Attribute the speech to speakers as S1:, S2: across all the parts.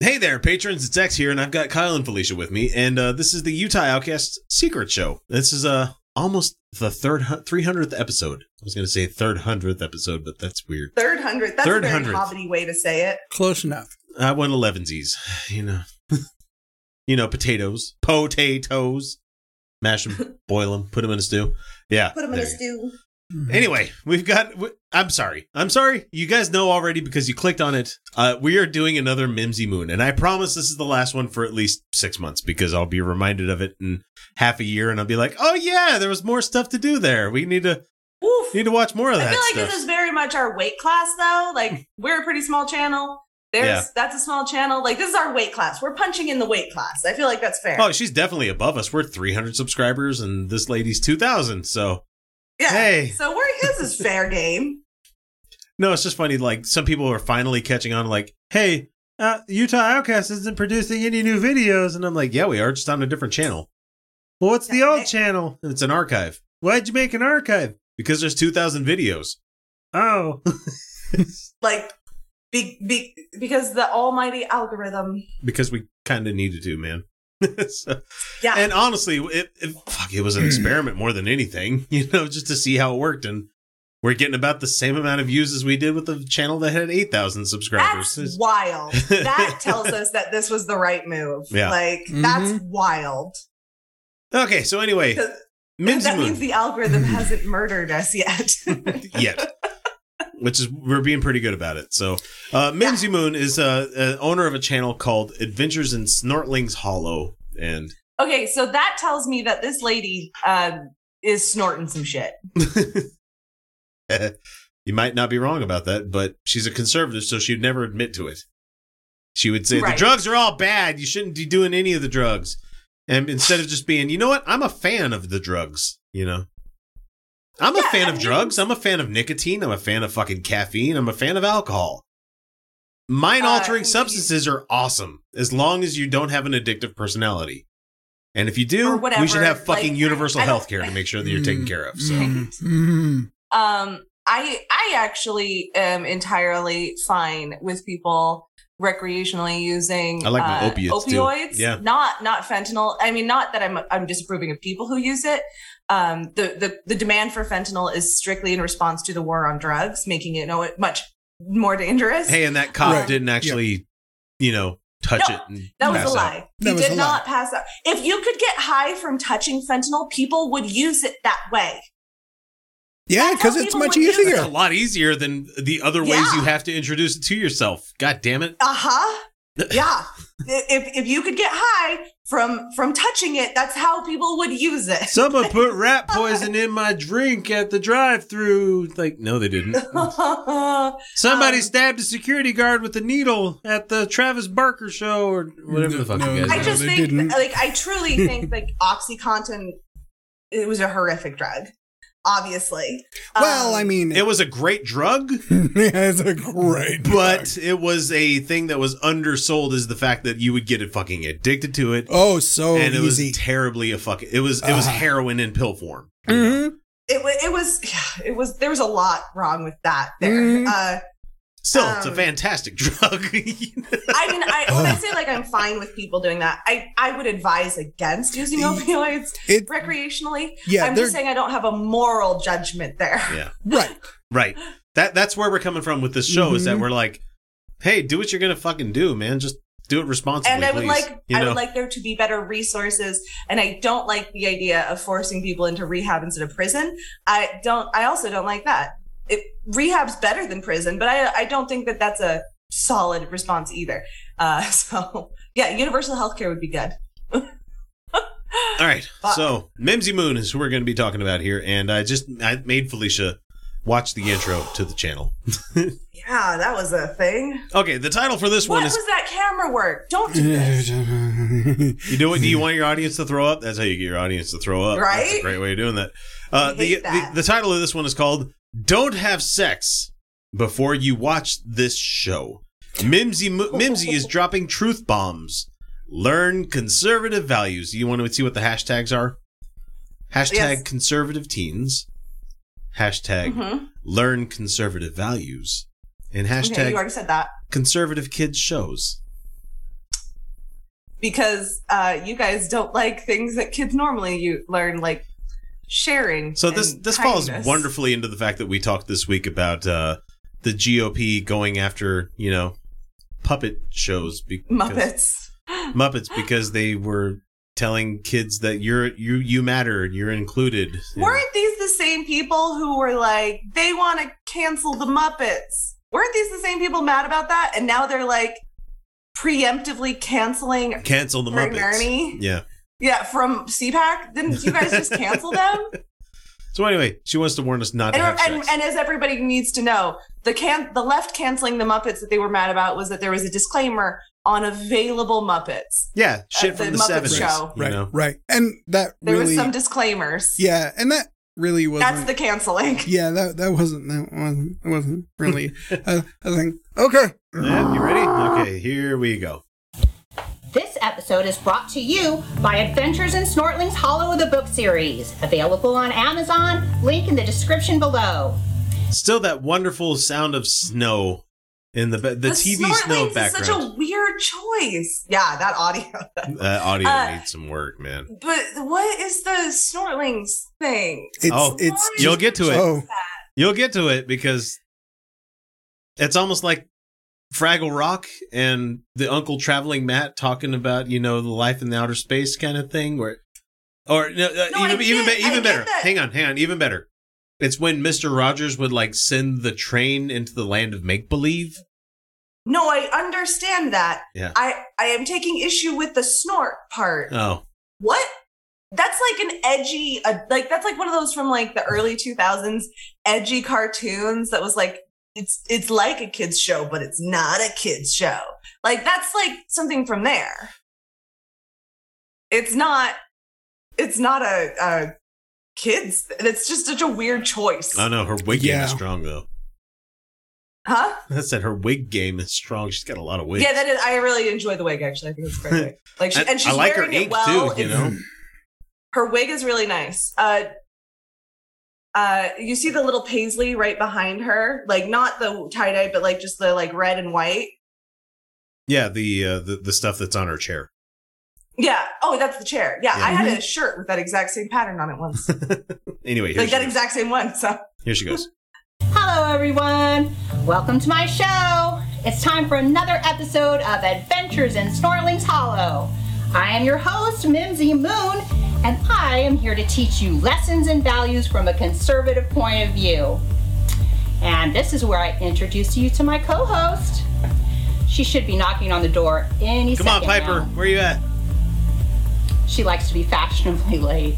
S1: Hey there, patrons. It's X here, and I've got Kyle and Felicia with me, and uh, this is the Utah Outcast Secret Show. This is uh, almost the third three hundredth episode. I was going to say third hundredth episode, but that's weird.
S2: Third hundredth. That's
S1: Third
S2: a very
S1: hundredth.
S2: hobbity way to say it.
S3: Close enough.
S1: I went elevensies, you know, you know, potatoes, potatoes, mash them, boil them, put them in a stew. Yeah,
S2: Put them in
S1: there
S2: a
S1: you go.
S2: stew.
S3: Mm-hmm.
S1: Anyway, we've got. w- I'm sorry. I'm sorry. You guys know already because you clicked on it. Uh, we are doing another Mimsy Moon, and I promise this is the last one for at least six months because I'll be reminded of it in half a year, and I'll be like, "Oh yeah, there was more stuff to do there. We need to
S2: Oof.
S1: need to watch more of
S2: I
S1: that
S2: feel like
S1: stuff."
S2: this is very much our weight class, though. Like we're a pretty small channel. There's
S1: Yeah.
S2: that's a small channel. Like this is our weight class. We're punching in the weight class. I feel like that's fair.
S1: oh, she's definitely above us. We're 300 subscribers, and this lady's 2,000. So
S2: yeah.
S1: hey.
S2: So we're this is fair game.
S1: no, it's just funny. Like some people are finally catching on. Like, hey. Uh, Utah Outcast isn't producing any new videos, and I'm like, yeah, we are just on a different channel. Well, what's the
S2: Yeah,
S1: old
S2: it-
S1: channel? It's an archive. Why'd you make an archive? Because there's 2,000 videos. Oh.
S2: Like be, be, because the almighty algorithm.
S1: because we kind of needed to, man. So-
S2: Yeah.
S1: and honestly, it, it, fuck, it was an experiment more than anything, you know, just to see how it worked. And we're getting about the same amount of views as we did with the channel that had 8,000 subscribers.
S2: that's wild. That tells us that this was the right move.
S1: Yeah.
S2: Like that's wild.
S1: okay, so anyway,
S2: That-
S1: Mimsy
S2: that
S1: Moon.
S2: means the algorithm hasn't murdered us yet.
S1: yet. Which is we're being pretty good about it. So, uh, Mimsy Moon is uh, uh, owner of a channel called Adventures in Snortling's Hollow, and
S2: Okay, so that tells me that this lady um, is snorting some shit.
S1: you might not be wrong about that. But she's a conservative, so she'd never admit to it. She would say
S2: Right.
S1: the drugs are all bad. You shouldn't be doing any of the drugs. And instead of just being, you know what, I'm a fan of the drugs. You know, I'm
S2: Yeah,
S1: a fan
S2: I
S1: of
S2: mean-
S1: drugs. I'm a fan of nicotine. I'm a fan of fucking caffeine. I'm a fan of alcohol. Mind altering
S2: Uh,
S1: substances are awesome as long as you don't have an addictive personality. And if you
S2: Or
S1: do,
S2: whatever,
S1: we should have
S2: like,
S1: fucking universal
S2: I don't-
S1: health care to make sure that you're taken
S3: Mm,
S1: care of. So
S3: mm, mm.
S2: Um, I I actually am entirely fine with people recreationally using uh,
S1: I like my opiates, too.
S2: opioids,
S1: Yeah.
S2: not not fentanyl. I mean, not that I'm I'm disapproving of people who use it. Um, the the the demand for fentanyl is strictly in response to the war on drugs, making it no much more dangerous.
S1: hey, and that cop
S3: Right.
S1: didn't actually, you know, touch
S2: No,
S1: it. And
S2: That was
S1: pass
S2: a
S1: out.
S2: lie.
S3: That
S2: you
S3: was
S2: did
S3: a lie.
S2: not pass out. If you could get high from touching fentanyl, people would use it that way.
S3: Yeah,
S2: That's
S3: because
S2: how
S3: it's
S2: people
S3: much
S2: would use
S3: easier.
S1: That's a lot easier than the other ways
S2: Yeah.
S1: you have to introduce it to yourself. God damn it.
S2: Uh huh. Yeah. if if you could get high from from touching it, that's how people would use it.
S1: Someone put rat poison in my drink at the drive through. Like, no, they didn't. Somebody
S2: Um,
S1: stabbed a security guard with a needle at the Travis Barker show or whatever the fuck
S3: No,
S1: you guys
S2: I
S1: do.
S3: no,
S2: just
S3: they
S2: think,
S3: didn't.
S2: like, I truly think, like, OxyContin, it was a horrific drug. Obviously.
S3: Well,
S2: Um,
S3: I mean,
S1: It was a great drug,
S3: it's a great. drug.
S1: but it was a thing that was undersold as the fact that you would get it fucking addicted to it.
S3: oh, so
S1: and it
S3: easy.
S1: was terribly a fucking it was it was
S3: Uh-huh.
S1: heroin in pill form.
S3: Mhm.
S2: it, wa- it was, yeah, it was, there was a lot wrong with that there.
S3: Mhm.
S2: Uh,
S1: Still, it's a
S2: Um,
S1: fantastic drug.
S2: I mean, I, when I say like I'm fine with people doing that, I, I would advise against using opioids
S3: It
S2: recreationally.
S3: Yeah,
S2: I'm
S3: they're-
S2: just saying I don't have a moral judgment there.
S1: yeah,
S3: right.
S1: right. That that's where we're coming from with this show is that
S3: Mhm.
S1: we're like, hey, do what you're gonna fucking do, man. Just do it responsibly.
S2: And I would
S1: please.
S2: like
S1: you
S2: I
S1: know,
S2: would like there to be better resources. And I don't like the idea of forcing people into rehab instead of prison. I don't. I also don't like that. It, rehab's better than prison, but I I don't think that that's a solid response either. Uh, so yeah, universal healthcare would be good.
S1: all right.
S2: Fuck.
S1: So Mimsy Moon is who we're gonna be talking about here, and I just I made Felicia watch the intro to the channel.
S2: Yeah, that was a thing.
S1: Okay, the title for this
S2: What
S1: one is
S2: was that camera work? Don't do this.
S3: yeah,
S1: You do what? Do you want your audience to throw up? That's how you get your audience to throw up. That's a
S2: Right?
S1: great way of doing that. Uh,
S2: I
S1: the,
S2: hate that.
S1: the the title of this one is called "Don't Have Sex Before You Watch This Show." Mimsy Mo- Mimsy is dropping truth bombs. Learn conservative values. You want to see what the hashtags are? Hashtag
S2: Yes.
S1: conservative teens. Hashtag
S2: Mhm.
S1: learn conservative values. And hashtag
S2: Okay, you already said that.
S1: conservative kids shows.
S2: because uh, you guys don't like things that kids normally you learn, like sharing.
S1: So this
S2: and
S1: this falls
S2: kindness.
S1: wonderfully into the fact that we talked this week about uh, the GOP going after you know puppet shows because,
S2: Muppets.
S1: Muppets because they were telling kids that you're you you matter and you're included. you know.
S2: Weren't these the same people who were like, they want to cancel the Muppets? Weren't these the same people mad about that? And now they're like preemptively canceling
S1: Cancel the
S2: Bert and
S1: Muppets.
S2: Ernie?
S1: Yeah.
S2: Yeah, from CPAC. Didn't you guys just cancel them?
S1: So anyway, she wants to warn us not to
S2: and,
S1: have
S2: and,
S1: sex.
S2: and as everybody needs to know, the can the left canceling the Muppets that they were mad about was that there was a disclaimer on available Muppets.
S1: yeah, shit
S2: the
S1: from the
S2: Muppet
S1: seventies.
S2: Show.
S1: You
S3: right,
S1: know?
S3: right. And that
S2: There
S3: really,
S2: was some disclaimers.
S3: yeah, and that really wasn't.
S2: That's the canceling.
S3: yeah, that that wasn't that wasn't, that wasn't really a, a thing. Okay,
S1: Yeah, you ready? Okay, here we go.
S4: This episode is brought to you by Adventures in Snortling's Hollow of the Book series, available on Amazon, link in the description below.
S1: Still that wonderful sound of snow in the ba- the,
S2: The
S1: TV snow
S2: Snortlings is
S1: background.
S2: such a weird choice. Yeah, that audio.
S1: that audio
S2: uh,
S1: needs some work, man.
S2: But what is the Snortlings thing?
S3: it's
S1: Oh,
S3: it's
S1: You'll get to it.
S3: oh
S1: You'll get to it because it's almost like Fraggle Rock and the Uncle Traveling Matt talking about you know the life in the outer space kind of thing, where or no, uh,
S2: No, I
S1: even even,
S2: get-
S1: be-
S2: I
S1: even
S2: get
S1: better.
S2: that.
S1: Hang on, hang on, even better. It's when Mister Rogers would like send the train into the land of make believe.
S2: No, I understand that.
S1: Yeah.
S2: I, I am taking issue with the snort part.
S1: Oh,
S2: what? That's like an edgy, uh, like that's like one of those from like the early 2000s edgy cartoons that was like it's it's like a kids show, but it's not a kids show. Like that's like something from there. It's not. It's not a, a kids. It's just such a weird choice,
S1: oh no, her wig game
S3: Yeah.
S1: is strong though.
S2: huh?
S1: I said her wig game is strong. She's got a lot of wigs.
S2: Yeah, that is. I really enjoy the wig. Actually, I think it's a great. wig. Like, she,
S1: I-
S2: and she's
S1: I like her
S2: wearing it
S1: ink
S2: well.
S1: too. You
S2: It's-
S1: know,
S2: her wig is really nice. Uh, uh, you see the little paisley right behind her, like not the tie dye, but like just the like red and white.
S1: yeah, the uh, the the stuff that's on her chair.
S2: Yeah. Oh, that's the chair. Yeah,
S1: Yeah.
S2: I had a shirt with that exact same pattern on it once,
S1: Anyway, here,
S2: like
S1: she,
S2: that
S1: goes.
S2: exact same one. So
S1: here she goes.
S4: Hello, everyone. Welcome to my show. It's time for another episode of Adventures in Snorling's Hollow. I am your host, Mimsy Moon, and I am here to teach you lessons and values from a conservative point of view. And this is where I introduce you to my co host. She should be knocking on the door any
S1: Come on,
S4: second.
S1: Piper,
S4: now.
S1: where you at?
S4: She likes to be fashionably late.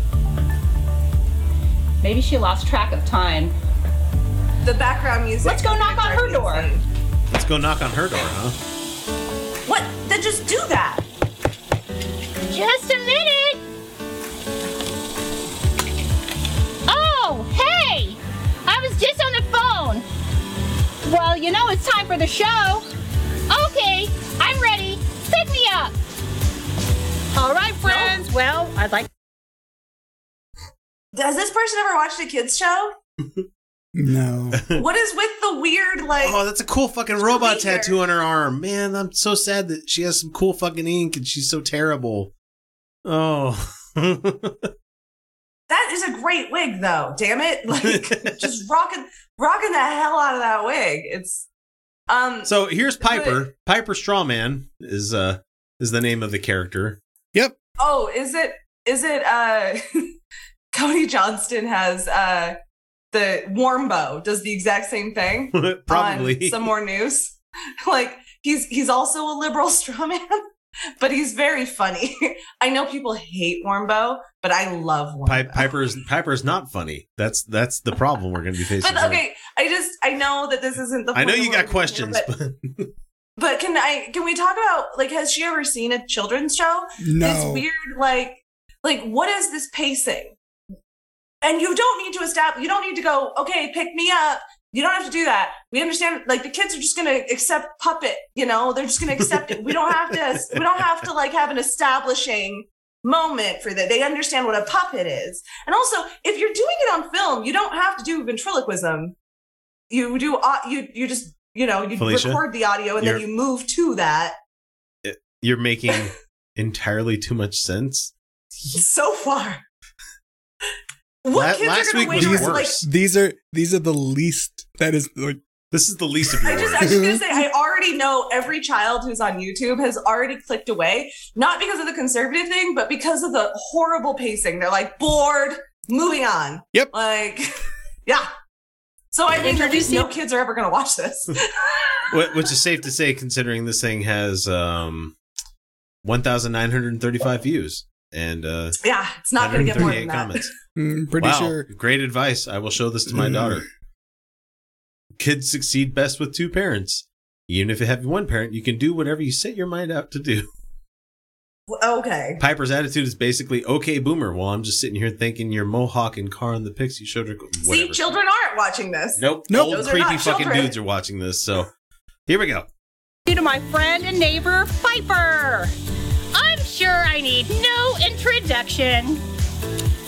S4: Maybe she lost track of time.
S2: the background music.
S4: Let's go knock on her door.
S1: Let's go knock on her door, huh?
S2: What? Then just do that.
S4: Just a minute. Oh, hey! I was just on the phone. Well, you know it's time for the show. Okay, I'm ready. Pick me up. All right, friends. Well, I'd like.
S2: Has this person ever watched a kids show?
S3: no.
S2: what is with the weird like?
S1: Oh, that's a cool fucking robot
S2: Later.
S1: tattoo on her arm. Man, I'm so sad that she has some cool fucking ink and she's so terrible. Oh.
S2: That is a great wig, though. Damn it! Like just rocking, rocking the hell out of that wig. It's um.
S1: so here's Piper. Piper Strawman is uh is the name of the character.
S2: oh, is it? Is it? Uh, Cody Johnston has uh the Warmbo does the exact same thing.
S1: Probably.
S2: on some more news. like he's he's also a liberal straw man, but he's very funny. I know people hate Warmbo, but I love Warmbo.
S1: Pi- Piper's Piper's not funny. That's that's the problem we're going to be facing.
S2: but okay, I just I know that this isn't the.
S1: I know
S2: point
S1: you
S2: of
S1: got
S2: what we're doing here,
S1: questions,
S2: but-
S1: but
S2: But can I can we talk about like has she ever seen a children's show? This
S3: No.
S2: weird like like what is this pacing? And you don't need to establish you don't need to go, okay, pick me up. You don't have to do that. We understand like the kids are just gonna accept puppet, you know, they're just gonna accept it. We don't have to we don't have to like have an establishing moment for that. They understand what a puppet is. And also, if you're doing it on film, you don't have to do ventriloquism. You do au- you you just you know, you
S1: Felicia,
S2: record the audio and then
S1: you're-
S2: you move to that.
S1: you're making entirely too much sense.
S2: so far. What
S1: La-
S2: kids
S1: last
S2: are
S1: week
S2: going
S1: was
S2: to wait
S3: Jesus,
S2: around? Like,
S1: worse.
S3: These are these are the least. That is like
S1: This is the least of your
S2: I just,
S1: worries.
S2: I was just gonna say, I already know every child who's on YouTube has already clicked away, not because of the conservative thing, but because of the horrible pacing. They're like bored, moving on.
S3: Yep.
S2: Like, yeah. So I think that
S4: Introducing-
S2: no kids are ever gonna watch this.
S1: Wh- Which is safe to say, considering this thing has um, 1,935 views and uh,
S2: yeah, it's not gonna get more
S1: 138
S2: than that.
S1: comments.
S3: mm, pretty
S1: wow,
S3: sure.
S1: great advice. I will show this to my
S3: Mm.
S1: daughter. Kids succeed best with two parents. Even if you have one parent, you can do whatever you set your mind out to do.
S2: Okay.
S1: Piper's attitude is basically okay, boomer. While I'm just sitting here thinking your mohawk and car on the pixie showed her.
S2: See,
S1: Whatever.
S2: children aren't watching this.
S1: Nope.
S3: Nope.
S1: Old
S2: Those are
S1: creepy
S2: not
S1: fucking
S2: children.
S1: dudes are watching this. So here we go.
S4: Due to my friend and neighbor, Piper. I'm sure I need no introduction.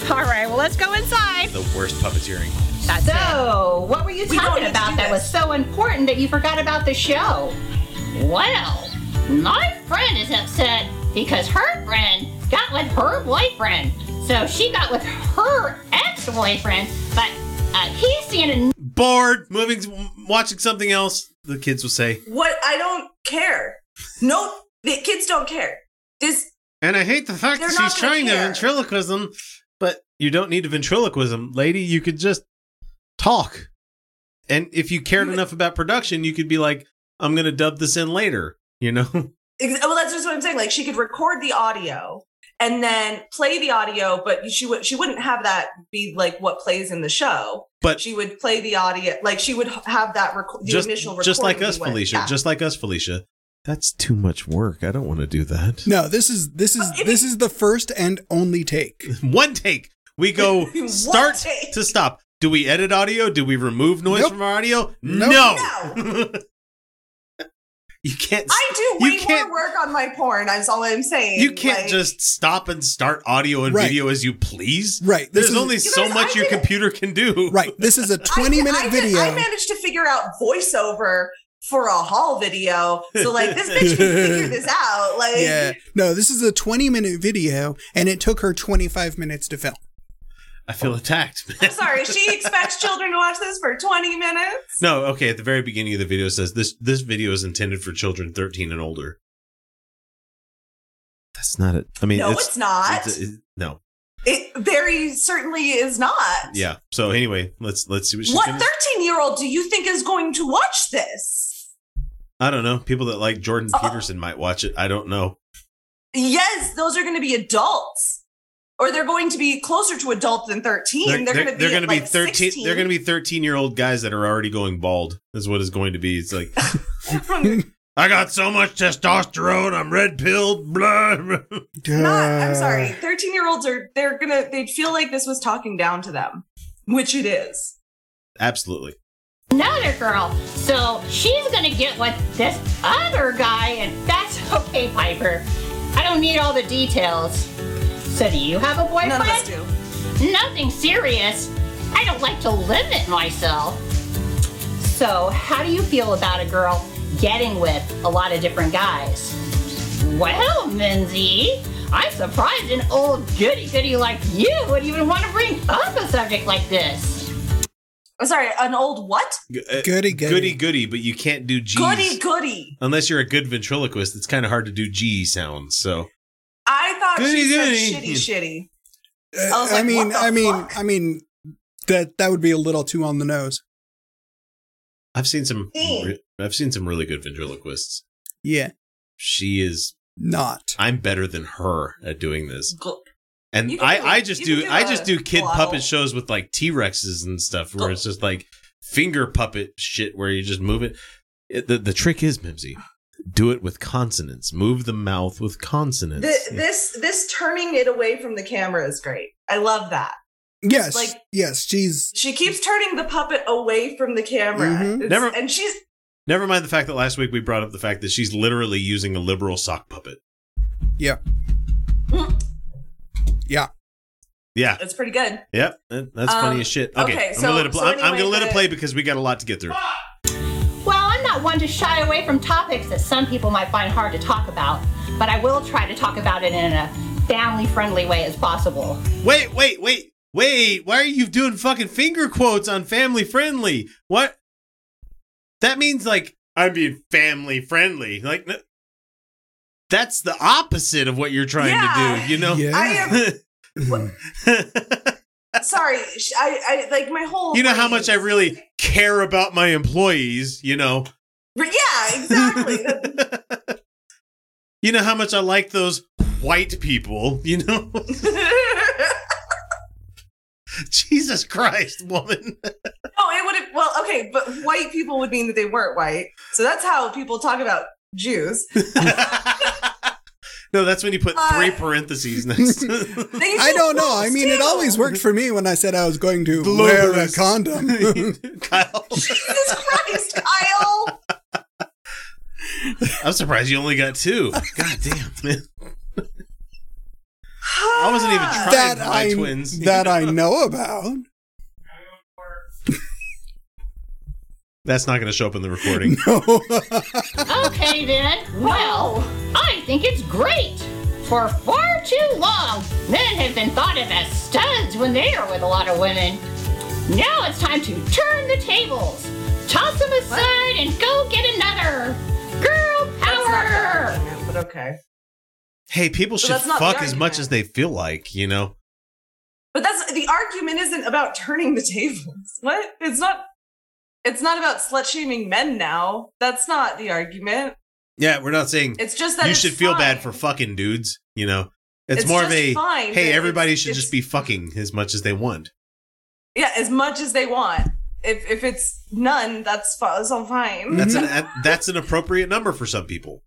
S4: All right, well, let's go inside.
S1: The worst puppeteering.
S4: That's so, what were you
S2: We don't
S4: talking
S2: need to
S4: about
S2: do
S4: that
S2: this.
S4: was so important that you forgot about the show? Well, my friend is upset because her friend got with her boyfriend. So she got with her ex boyfriend, but uh, he's seeing a
S1: Bored, moving, to- watching something else. The kids will say,
S2: What I don't care. Nope. The kids don't care. This
S1: and I hate the fact
S2: They're
S1: that
S2: not
S1: she's
S2: gonna
S1: trying to
S2: care.
S1: ventriloquism, but you don't need to ventriloquism, lady. You could just talk. And if you cared
S2: You-
S1: enough about production, you could be like, "I'm gonna dub this in later," you know.
S2: Ex- Well, that's just what I'm saying. Like she could record the audio and then play the audio, but she would she wouldn't have that be like what plays in the show.
S1: But
S2: She would play the audio, like she would h- have that record the
S1: just
S2: initial recording.
S1: just like us,
S2: would-
S1: Felicia.
S2: yeah.
S1: Just like us, Felicia. That's too much work. I don't want to do that.
S3: No, this is this is this is the first and only take.
S1: one take. We go
S2: One
S1: start
S2: take.
S1: to stop. Do we edit audio? Do we remove noise
S3: Nope.
S1: from our audio?
S3: Nope.
S1: No. you can't.
S2: I do
S1: You
S2: way
S1: can't-
S2: more work on my porn. That's all I'm saying.
S1: You can't
S2: Like,
S1: just stop and start audio and
S3: Right.
S1: video as you please.
S3: Right, this
S1: There's
S3: is-
S1: only
S3: You
S1: so
S2: guys,
S1: much
S2: I
S1: your
S2: did-
S1: computer can do.
S3: Right. This is a
S2: I
S3: 20
S2: did-
S3: minute
S2: I did-
S3: video.
S2: I managed to figure out voiceover for a haul video, so like this bitch can figure this out. Like
S3: yeah. No, this is a 20 minute video and it took her 25 minutes to film.
S1: I feel attacked.
S2: I'm sorry, she expects children to watch this for 20 minutes.
S1: no. Okay. At the very beginning of the video it says this this video is intended for children 13 and older. That's not it. I mean,
S2: No,
S1: it's,
S2: it's not.
S1: it's- it- no.
S2: It very certainly is not.
S1: Yeah. So anyway, let's let's see what she's
S2: What
S1: gonna
S2: 13 year old do you think is going to watch this?
S1: I don't know. People that like Jordan
S2: Uh,
S1: Peterson might watch it. I don't know.
S2: Yes, those are going to be adults. Or they're going to be closer to adult than 13. They're, going to be,
S1: they're gonna
S2: like
S1: be 13
S2: 16.
S1: they're going to be 13 year old guys that are already going bald. Is what it's going to be. It's like I got so much testosterone. I'm red pilled. Blah. blah."
S2: not,
S3: Uh.
S2: I'm sorry. 13 year olds are, they're going to, they'd feel like this was talking down to them, which it is.
S1: Absolutely.
S4: another girl. So she's gonna get with this other guy, and that's okay, Piper. I don't need all the details. So do you have a boyfriend?
S2: None of us do.
S4: Nothing serious. I don't like to limit myself. So how do you feel about a girl getting with a lot of different guys? Well, Minzy, I'm surprised an old goody goody like you would even want to bring up a subject like this.
S2: I'm sorry, an old what?
S1: G- uh,
S3: Goody, goody.
S1: goody goody. But you can't do G's
S2: Goody goody.
S1: unless you're a good ventriloquist. It's kind of hard to do G sounds. So
S2: I thought
S1: Goody
S2: she said
S1: goody.
S2: shitty, shitty.
S3: Uh,
S2: I was like,
S3: I
S2: what
S3: mean,
S2: the
S3: I mean,
S2: fuck?
S3: I mean, that that would be a little too on the nose.
S1: I've seen some.
S2: Mm.
S1: re- I've seen some really good ventriloquists.
S3: Yeah,
S1: She is.
S3: not.
S1: I'm better than her at doing this.
S2: Go- You
S1: And
S2: can
S1: I,
S2: do-
S1: I just
S2: you
S1: do,
S2: can do
S1: I just
S2: a
S1: do kid
S2: glottal.
S1: puppet shows with like T Rexes and stuff where
S2: Oh.
S1: it's just like finger puppet shit where you just move it. It- the, the trick is, Mimsy, do it with consonants. Move the mouth with consonants.
S2: Th- this this turning it away from the camera is great. I love that.
S3: Yes,
S2: like-
S3: yes, she's
S2: She keeps turning the puppet away from the camera.
S3: Mhm.
S2: It's-
S1: Never-
S2: and she's
S1: Never mind the fact that last week we brought up the fact that she's literally using a liberal sock puppet.
S3: yeah, yeah.
S1: Yeah.
S2: that's pretty good.
S1: Yep. That- That's funny
S2: Um,
S1: as shit. Okay.
S2: okay,
S1: I'm
S2: so-
S1: gonna let it. Pl-
S2: so
S1: I'm- I'm
S2: anyway,
S1: gonna let it
S2: the-
S1: play because we got a lot to get through.
S4: Well, I'm not one to shy away from topics that some people might find hard to talk about. but I will try to talk about it in a family friendly way as possible.
S1: Wait, wait, wait, wait. Why are you doing fucking finger quotes on family friendly? What? That means like I'm being family friendly. Like n- that's the opposite of what you're trying to
S2: Yeah.
S1: do. You know.
S3: Yeah.
S2: I am sorry. sh- I, I like my whole.
S1: you know how
S2: brain
S1: much I
S2: is-
S1: really care about my employees. You know.
S2: Re- Yeah, exactly. That-
S1: You know how much I like those white people. You know. Jesus Christ, woman.
S2: no, Oh, it would have. Well, okay, but white people would mean that they weren't white. So that's how people talk about Jews.
S1: no, that's when you put three
S2: Uh,
S1: parentheses next.
S2: They
S3: I don't know.
S2: just
S3: I mean, it
S2: steal.
S3: always worked for me when I said I was going to
S1: Blow
S3: wear a
S1: this.
S3: condom.
S1: Kyle,
S2: Jesus Christ, Kyle.
S1: I'm surprised you only got two. God damn, man. I wasn't even trying
S3: that
S1: for my
S3: I
S1: twins.
S3: that I know about.
S1: That's not going to show up in the recording.
S3: No.
S4: Okay then. Well, I think it's great. For far too long, men have been thought of as studs when they are with a lot of women. Now it's time to turn the tables, toss them aside, and go get another. Girl
S2: That's not the
S4: power!
S2: argument, but okay.
S1: hey, people should
S2: that's not the
S1: fuck as much
S2: argument.
S1: as they feel like, you know?
S2: But that's the argument isn't about turning the tables. What? It's not. It's not about slut shaming men now. That's not the argument.
S1: Yeah, we're not saying
S2: It's just that
S1: you
S2: it's
S1: should feel bad
S2: fine.
S1: for fucking dudes, you know? It's,
S2: It's
S1: more of
S2: just
S1: a,
S2: fine that
S1: hey,
S2: it's-
S1: everybody should
S2: it's-
S1: just be fucking as much as they want.
S2: yeah as much as they want. If if it's none, that's fi- that's all fine.
S1: That's an that's an appropriate number for some people.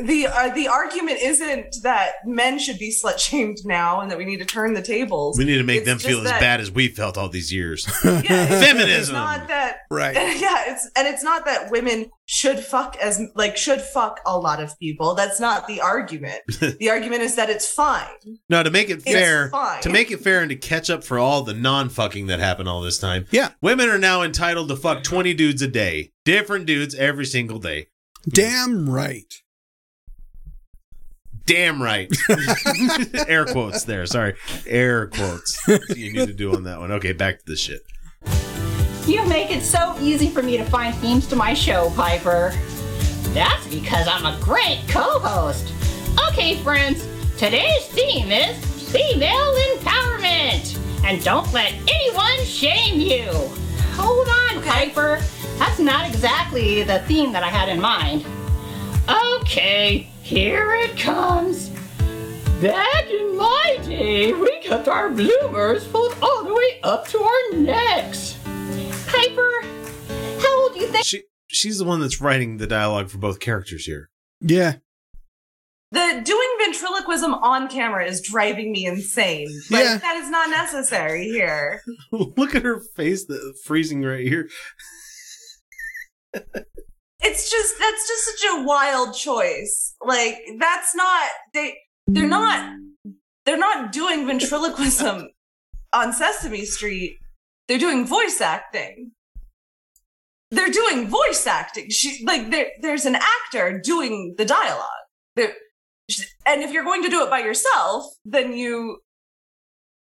S2: the uh, the argument isn't that men should be slut shamed now and that we need to turn the tables.
S1: We need to make
S2: It's
S1: them
S2: just
S1: feel as
S2: that-
S1: bad as we felt all these years.
S2: Yeah, it's- It's
S1: Feminism.
S2: not that
S3: right.
S2: yeah, it's and it's not that women should fuck as like should fuck a lot of people. That's not the argument. the argument is that it's fine.
S1: No, to make it fair,
S2: fine.
S1: to make it fair and to catch up for all the non-fucking that happened all this time.
S3: Yeah.
S1: Women are now entitled to fuck 20 dudes a day. Different dudes every single day.
S3: Damn right.
S1: Damn right. Air quotes there. Sorry. Air quotes. you need to do on that one. Okay, back to the shit.
S4: You make it so easy for me to find themes to my show, Piper. That's because I'm a great co host. Okay, friends, today's theme is female empowerment. And don't let anyone shame you. Hold on, Piper. That's not exactly the theme that I had in mind. Okay, here it comes. Back in my day, we kept our bloomers pulled all the way up to our necks. Piper, how old do you think
S1: She she's the one that's writing the dialogue for both characters here.
S3: Yeah.
S2: The doing ventriloquism on camera is driving me insane. Like
S3: Yeah.
S2: that is not necessary here.
S1: Look at her face the freezing right here.
S2: It's just that's just such a wild choice. Like that's not they they're not they're not doing ventriloquism on Sesame Street. They're doing voice acting. They're doing voice acting. She like there there's an actor doing the dialogue. There she- and if you're going to do it by yourself, then you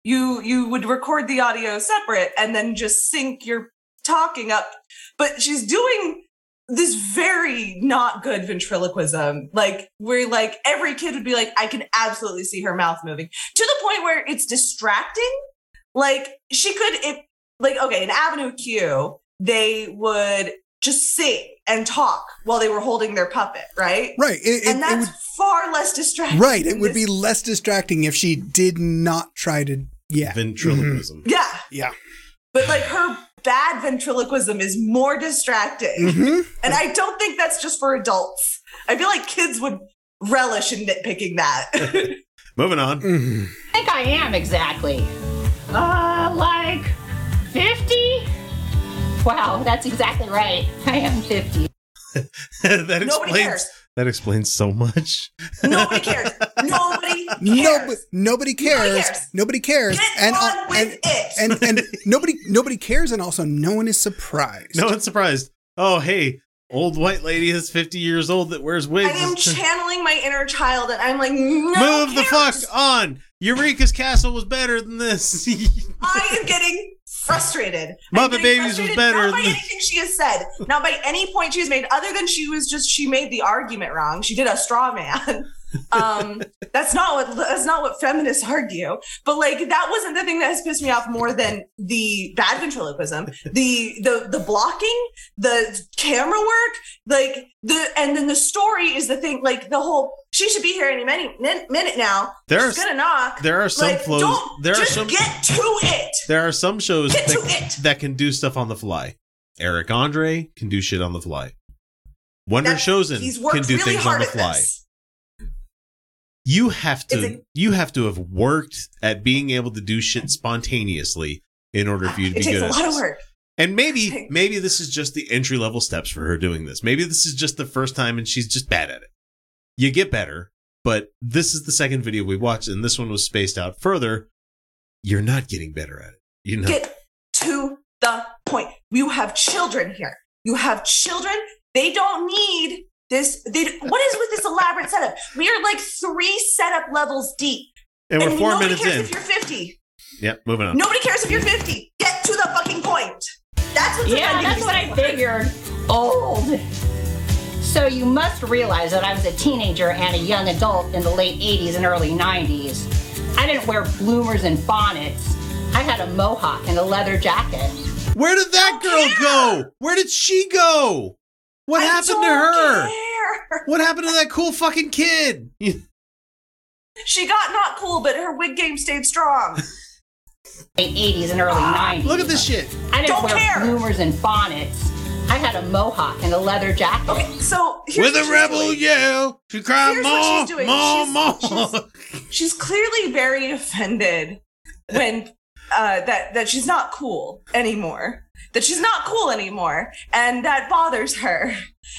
S2: you you would record the audio separate and then just sync your talking up. But she's doing this very not good ventriloquism, like where like every kid would be like, I can absolutely see her mouth moving to the point where it's distracting. Like she could, if like okay, in Avenue Q, they would just sing and talk while they were holding their puppet, right?
S3: Right. It, it,
S2: and
S3: it
S2: that's
S3: would,
S2: far less distracting.
S3: right. It
S2: than
S3: would be
S2: this-
S3: less distracting if she did not try to. Yeah.
S1: Ventriloquism.
S2: yeah,
S3: Yeah.
S2: but like her bad ventriloquism is more distracting,
S3: Mhm.
S2: and I don't think that's just for adults. I feel like kids would relish in nitpicking that.
S1: Moving on.
S3: Mhm.
S4: think I am exactly? Uh, like 50? Wow, that's exactly right. I am 50.
S1: that
S2: Nobody
S1: explains
S2: cares.
S1: that explains so much.
S2: Nobody caody cares. Nobody cares.
S3: Nobody, nobody cares. Nobody cares.
S2: cares. Get
S3: and,
S2: on
S3: uh,
S2: with
S3: and,
S2: it.
S3: and and nobody nobody cares, and also no one is surprised.
S1: No one's surprised. Oh, hey, old white lady that's 50 years old that wears wigs.
S2: I am channeling my inner child, and I'm like, no,
S1: Move the fuck
S2: Karis,
S1: on. Eureka's castle was better than this.
S2: I am getting frustrated.
S1: Muppet
S2: I'm getting
S1: Babies was
S2: frustrated
S1: better
S2: Not by
S1: than-
S2: anything she has said, not by any point she has made, other than she was just she made the argument wrong. She did a straw man. um that's not what that's not what feminists argue but like that wasn't the thing that has pissed me off more than the bad ventriloquism the the the blocking the camera work like the and then the story is the thing like the whole she should be here any minute minute now
S1: There's-
S2: she's gonna knock
S1: there are some
S2: like,
S1: flows.
S2: Don't
S1: There are
S2: just
S1: some.
S2: get to it.
S1: There are some shows
S2: Get to
S1: that,
S2: it.
S1: that can do stuff on the fly. Eric Andre can do shit on the fly. Wonder
S2: That's-
S1: Chosen
S2: He's
S1: can
S2: worked
S1: do
S2: really
S1: things on
S2: hard
S1: the
S2: at
S1: fly.
S2: this.
S1: You have to
S2: It's a-
S1: you have to have worked at being able to do shit spontaneously in order for you to
S2: It
S1: be
S2: takes
S1: good
S2: a
S1: at
S2: lot of
S1: this.
S2: work.
S1: And maybe
S2: Thanks.
S1: maybe this is just the entry level steps for her doing this. Maybe this is just the first time and she's just bad at it. You get better, but this is the second video we watched and this one was spaced out further. You're not getting better at it. You know.
S2: Get to the point. You have children here. You have children. They don't need this. They, what is with this elaborate setup? We are like three setup levels deep,
S1: and we're 4
S2: nobody
S1: minutes
S2: cares
S1: in.
S2: if you're 50.
S1: Yep, moving on.
S2: Nobody cares if you're 50. Get to the fucking point. That's what's
S4: Yeah,
S2: offending
S4: that's
S2: me
S4: what
S2: so
S4: I
S2: far.
S4: figured. Old. So you must realize that I was a teenager and a young adult in the late 80s and early 90s. I didn't wear bloomers and bonnets. I had a mohawk and a leather jacket.
S1: Where did that girl go? Where did she go? What
S2: I
S1: happened to
S2: don't
S1: her?
S2: care.
S1: What happened to that cool fucking kid?
S2: She got not cool, but her wig game stayed strong.
S4: Late 80s and early 90s.
S1: Look at this shit.
S4: I didn't
S2: Don't
S4: wear
S2: care.
S4: bloomers and bonnets. I had a mohawk and a leather jacket.
S2: Okay, so here's
S1: With
S2: what
S1: a
S2: she's
S1: rebel
S2: doing.
S1: yell, she cried,
S2: Here's what she's
S1: "Mom,
S2: doing.
S1: mom,
S2: She's-
S1: mom."
S2: She's clearly very offended when uh, that that she's not cool anymore. That she's not cool anymore, and that bothers her.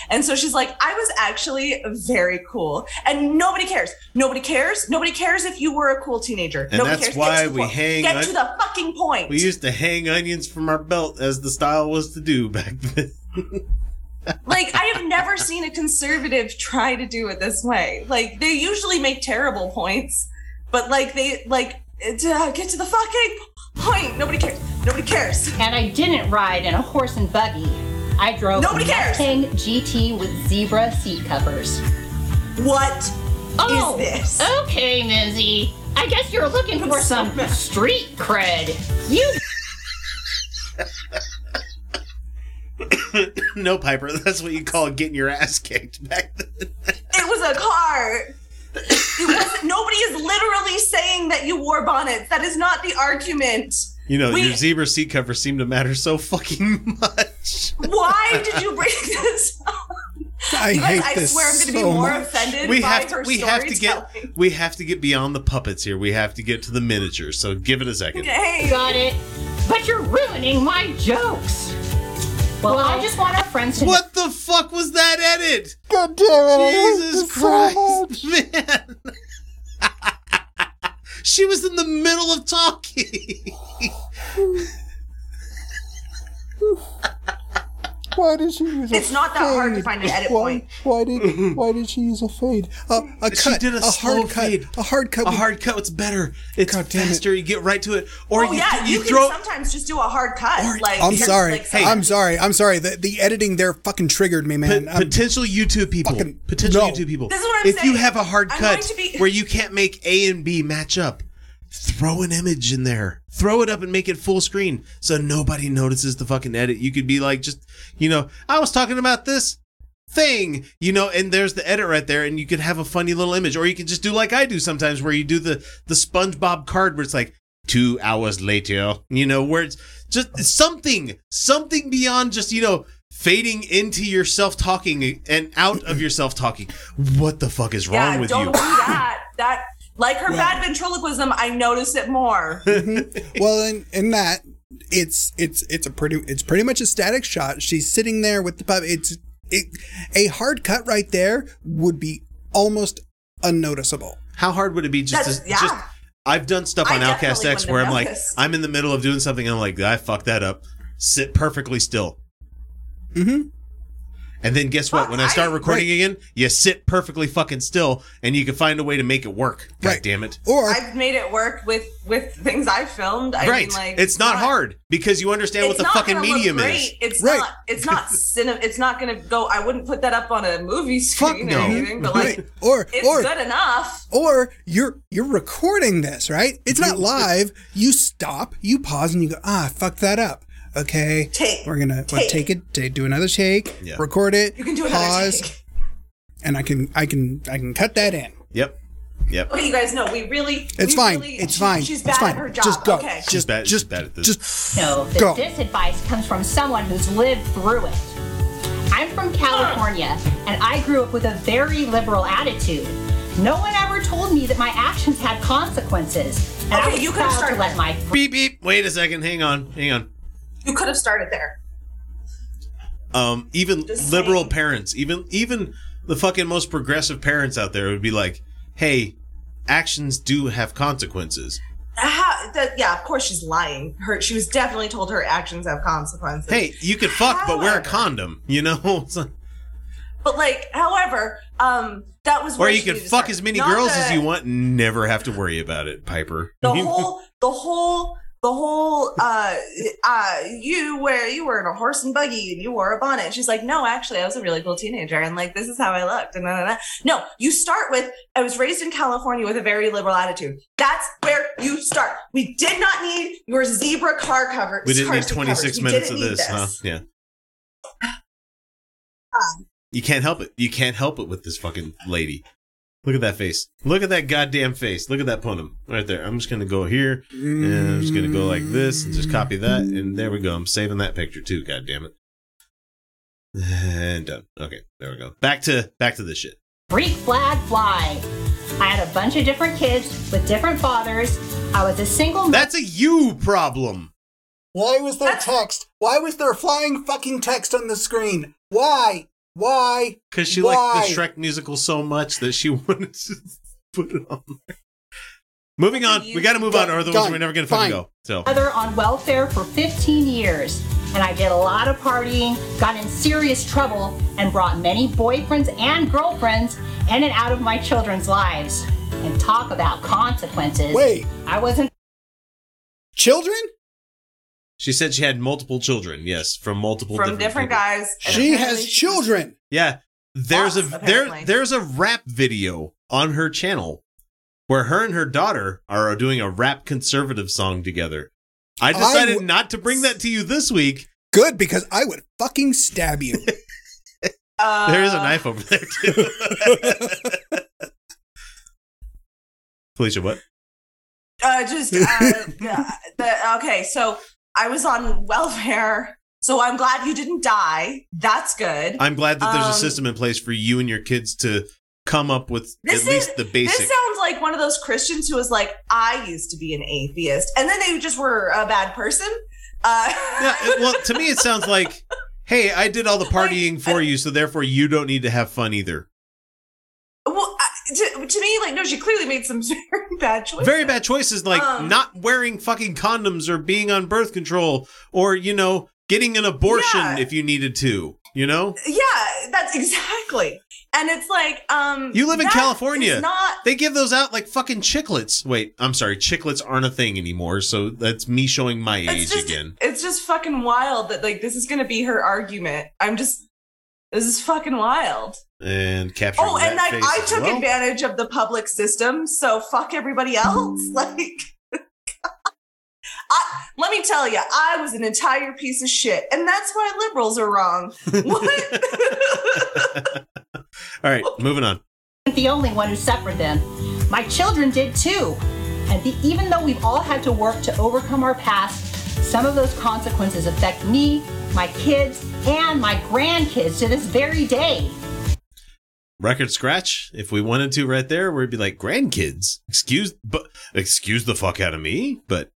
S2: And so she's like, "I was actually very cool, and nobody cares. Nobody cares. Nobody cares if you were a cool teenager.
S1: And
S2: nobody
S1: that's
S2: cares.
S1: why
S2: Get to the
S1: we
S2: point.
S1: hang
S2: Get
S1: on-
S2: to the fucking point.
S1: We used to hang onions from our belt as the style was to do back then.
S2: like I have never seen a conservative try to do it this way. Like they usually make terrible points, but like they like it, uh, get to the fucking point. Nobody cares. Nobody cares.
S4: And I didn't ride in a horse and buggy. I drove
S2: Nobody
S4: a
S2: cares.
S4: Mustang GT with zebra seat covers.
S2: What?
S4: Oh,
S2: this?
S4: okay, Mizzy. I guess you're looking for some street cred. You
S1: no, Piper, that's what you call getting your ass kicked back then.
S2: It was a car. It wasn't. nobody is literally saying that you wore bonnets. That is not the argument.
S1: You know,
S2: We-
S1: your zebra seat cover seemed to matter so fucking much.
S2: Why did you bring this? up?
S3: I
S2: You guys,
S3: hate
S2: I
S3: this
S2: swear I'm going to
S3: so
S2: be more
S3: much.
S2: offended
S1: we
S2: by
S1: have
S2: her
S1: to, we have to get
S2: storytelling.
S1: we have to get beyond the puppets here. We have to get to the miniatures. So give it a second.
S2: Hey,
S4: got it, but you're ruining my jokes. Well, I just want our friends to
S1: What the fuck was that edit? Jesus
S3: Oh,
S1: Christ, man! she was in the middle of talking.
S3: Why did she use a
S2: It's not that hard to
S3: fade?
S2: find an edit
S3: why,
S2: point.
S3: Why did why did she use a fade? A, a
S1: She
S3: cut.
S1: did a slow
S3: hard
S1: fade.
S3: cut. A hard cut.
S1: a
S3: with-
S1: hard cut. It's better. It's
S3: God damn it.
S1: faster. You get right to it, or
S2: Oh
S1: you,
S2: yeah,
S1: you,
S2: you, can
S1: throw.
S2: sometimes just do a hard cut. like
S3: I'm
S2: you're-
S3: sorry.
S2: like,
S3: I'm sorry. I'm sorry. The, the editing there fucking triggered me,
S1: P-
S3: man. Um, I'm-
S1: potential YouTube people.
S3: Fucking-
S1: potential
S3: no.
S1: YouTube people.
S2: This is what I'm
S1: if you
S2: saying.
S1: have a hard
S2: I'm
S1: cut
S2: going to be-
S1: where you can't make A and B match up, throw an image in there. Throw it up and make it full screen so nobody notices the fucking edit. You could be like, just you know, I was talking about this thing, you know, and there's the edit right there, and you could have a funny little image, or you can just do like I do sometimes, where you do the the SpongeBob card where it's like two hours later, you know, where it's just something, something beyond just you know fading into yourself talking and out of yourself talking. What the fuck is wrong
S2: yeah,
S1: with
S2: don't
S1: you?
S2: do that. That like her bad ventriloquism, I notice it more.
S3: well, in, in that it's it's it's a pretty it's pretty much a static shot. She's sitting there with the puppet. It's it a hard cut right there would be almost unnoticeable.
S1: How hard would it be just
S2: That's-
S1: to
S2: yeah.
S1: just I've done stuff
S2: I
S1: on
S2: definitely
S1: Outcast X
S2: wouldn't
S1: where I'm
S2: have
S1: like
S2: noticed.
S1: I'm in the middle of Mm-hmm. doing something and I'm like I fucked that up. Sit perfectly still. And then guess what? When I
S2: Fuck,
S1: start
S2: I-
S1: recording again, you sit perfectly fucking still, and you can find a way to make it work. God
S3: Right.
S1: damn it!
S3: Or
S2: I've made it work with with things I've filmed. I
S1: right?
S2: mean, like
S1: it's not, hard because you understand what
S2: it's
S1: the
S2: not
S1: fucking
S2: gonna look
S1: medium is.
S2: great. It's
S3: Right.
S2: not. It's not cinema. It's not going to go. I wouldn't put that up on a movie screen
S1: no.
S2: or anything. But like,
S3: right, or
S2: it's
S3: or
S2: good enough.
S3: or you're you're recording this, right? It's not live. You stop, you pause, and you go, ah, fuck that up. Okay,
S2: Take.
S3: we're gonna take,
S2: Take.
S3: take it, ta- do another take,
S1: Yeah.
S3: record it,
S2: You can do another
S3: pause,
S2: take.
S3: and I can I can I can cut that in.
S1: Yep. Yep.
S2: Okay, you guys know we really.
S3: It's
S2: we
S3: fine.
S2: really-
S3: it's
S2: she-
S3: fine.
S2: She's bad
S3: it's fine.
S2: at her job.
S3: Just go.
S2: Okay.
S3: Just
S1: bad- she's
S3: just
S1: bad at this.
S3: Just
S4: No, th-
S3: Go.
S4: this advice comes from someone who's lived through it. I'm from California, and I grew up with a very liberal attitude. No one ever told me that my actions had consequences, and I
S2: Okay,
S4: was
S2: you can
S4: proud
S2: start
S4: to let
S2: that.
S4: my
S1: Beep beep. Wait a second. Hang on. Hang on.
S2: you could have started there.
S1: Um, even
S2: Just
S1: liberal
S2: saying.
S1: parents, even even the fucking most progressive parents out there would be like, "Hey, actions do have consequences.
S2: How, that, yeah, of course she's lying. Her, she was definitely told her actions have consequences.
S1: Hey, you could fuck, but wear a
S2: However-
S1: condom. You know." It's like-
S2: But like, however, um, that was
S1: Or
S2: where
S1: you
S2: she
S1: can
S2: needed to
S1: fuck
S2: start.
S1: as many
S2: Not
S1: girls
S2: the-
S1: as you want and never have to worry about it, Piper.
S2: The whole, the whole, the whole, uh, uh, you where you were in a horse and buggy and you wore a bonnet. She's like, no, actually, I was a really cool teenager and like this is how I looked. And da, da, da. no, you start with I was raised in California with a very liberal attitude. That's where you start. We did not need your zebra car cover.
S1: we didn't
S2: car
S1: need
S2: seat
S1: 26
S2: covers. We
S1: minutes of
S2: didn't
S1: this,
S2: need
S1: huh? Yeah. You can't help it. You can't help it with this fucking lady. Look at that face. Look at that goddamn face. Look at that punum right there. I'm just gonna go here, and I'm just gonna go like this, and just copy that, and there we go. I'm saving that picture too. God damn it. And done. Okay, there we go. Back to back to this shit.
S4: Greek flag fly. I had a bunch of different kids with different fathers. I was a single
S1: That's a you problem.
S3: Why was there text? Why was there flying fucking text on the screen? Why? Why?
S1: Because she liked the Shrek musical so much that she wanted to put it on there. Moving on. We got to move on, or otherwise
S3: Done.
S1: we're never going to fucking
S3: Fine.
S1: go. So,
S4: mother on welfare for 15 years. And I did a lot of partying, got in serious trouble, and brought many boyfriends and girlfriends in and out of my children's lives. And talk about consequences.
S3: Wait.
S4: I wasn't
S3: Children?
S1: she said she had multiple children. Yes, from multiple
S2: From different
S1: people.
S2: guys. and
S3: She
S2: apparently
S3: has
S2: she's-
S3: children.
S1: Yeah, there's
S2: Lots,
S1: a there
S2: apparently.
S1: there's a rap video on her channel where her and her daughter are doing a rap conservative song together. I decided
S3: w-
S1: not to bring that to you this week.
S3: Good, because I would fucking stab you.
S2: Uh,
S1: There is a knife over there too. Felicia, what?
S2: Uh, just uh, the, okay. So I was on welfare, so I'm glad you didn't die. That's good.
S1: I'm glad that there's a
S2: Um,
S1: system in place for you and your kids to come up with at
S2: This is-
S1: least the
S2: This
S1: basic.
S2: sounds like one of those Christians who was like, "I used to be an atheist," and then they just were a bad person. Uh,
S1: Yeah, it- well, to me, it sounds like, hey, I did all the partying for you, so therefore you don't need to have fun either.
S2: well, I- to, to me, like, no, she clearly made some very bad choices.
S1: Very bad choices like
S2: Um,
S1: not wearing fucking condoms or being on birth control or, you know, getting an abortion
S2: Yeah.
S1: if you needed to, you know?
S2: Yeah, that's exactly. And it's like, um,
S1: You live in
S2: that
S1: California.
S2: is Not
S1: They give those out like fucking chiclets. Wait, I'm sorry, chiclets aren't a thing anymore, so that's me showing my age
S2: it's just,
S1: again.
S2: It's just fucking wild that like this is gonna be her argument. I'm just this is fucking wild.
S1: And capturing
S2: Oh, and
S1: that face
S2: like I
S1: as
S2: took
S1: well.
S2: advantage of the public system, so fuck everybody else. Like I, let me tell you, I was an entire piece of shit, and that's why liberals are wrong. What?
S1: All right, moving on.
S4: the only one who suffered them. My children did too. And the, even though we've all had to work to overcome our past, some of those consequences affect me, my kids, and my grandkids to this very day.
S1: record scratch if we wanted to right there we'd be like grandkids excuse but excuse the fuck out of me but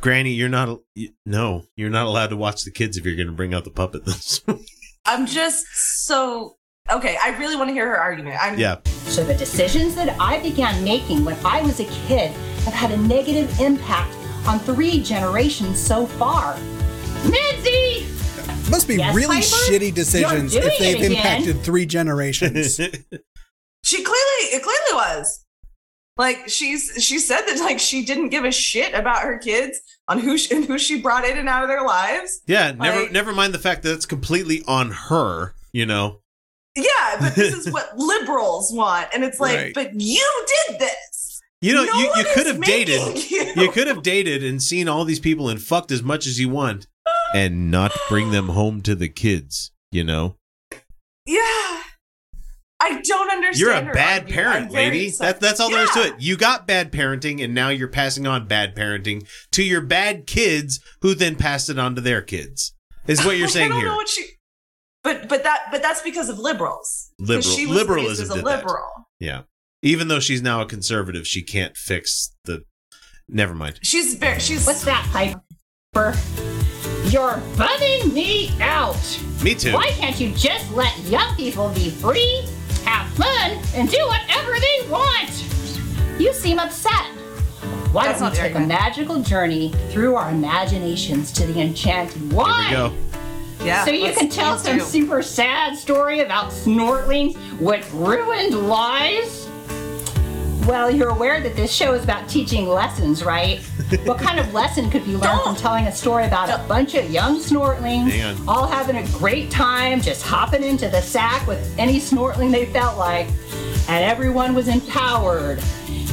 S1: granny you're not al- you- no you're not allowed to watch the kids if you're going to bring out the puppet this week.
S2: I'm just so okay. I really want to hear her argument. I'm
S1: yeah
S4: So the decisions that I began making when I was a kid have had a negative impact on three generations so far. Minzy!
S3: Must be
S4: Yes,
S3: really
S4: Piper?
S3: shitty decisions
S4: You're doing
S3: if they've
S4: it again.
S3: impacted three generations.
S2: She clearly, it clearly was. Like she's, she said that like she didn't give a shit about her kids on who she, and who she brought in and out of their lives.
S1: yeah, never
S2: Like-
S1: never mind the fact that it's completely on her, you know.
S2: Yeah, but this is what liberals want, and it's like,
S3: Right.
S2: but you did this.
S1: You know,
S2: No
S1: you, you
S2: one
S1: could
S2: is
S1: have dated
S2: making You.
S1: you could have dated and seen all these people and fucked as much as you want and not bring them home to the kids, you know.
S2: yeah. I don't understand.
S1: You're a
S2: her
S1: bad
S2: argument.
S1: parent,
S2: I'm very
S1: lady.
S2: sorry.
S1: That, that's all there is
S2: Yeah.
S1: to it. You got bad parenting, and now you're passing on bad parenting to your bad kids, who then passed it on to their kids. Is what you're
S2: Like,
S1: saying
S2: I don't
S1: here.
S2: know what she. But but that but that's because of liberals. 'Cause
S1: Liberal-
S2: she was raised
S1: liberalism
S2: as a
S1: did that.
S2: liberal.
S1: yeah. Even though she's now a conservative, she can't fix the. Never mind.
S2: She's very she's
S4: What's that, Piper? You're bumming me out.
S1: Me too.
S4: Why can't you just let young people be free, have fun, and do whatever they want? You seem upset. Why
S2: That's
S4: don't
S2: not
S4: we
S2: the
S4: take a
S2: argument.
S4: magical journey through our imaginations to the enchanted wine?
S1: Here we go.
S2: yeah.
S4: So you
S2: let's-
S4: can tell
S2: let's
S4: some
S2: do.
S4: super sad story about snortling with ruined lives? Well, you're aware that this show is about teaching lessons, right? what kind of lesson could be learned from
S2: Don't.
S4: telling a story about a bunch of young
S1: Hang
S4: snortlings
S1: on.
S4: all having a great time, just hopping into the sack with any snortling they felt like, and everyone was empowered,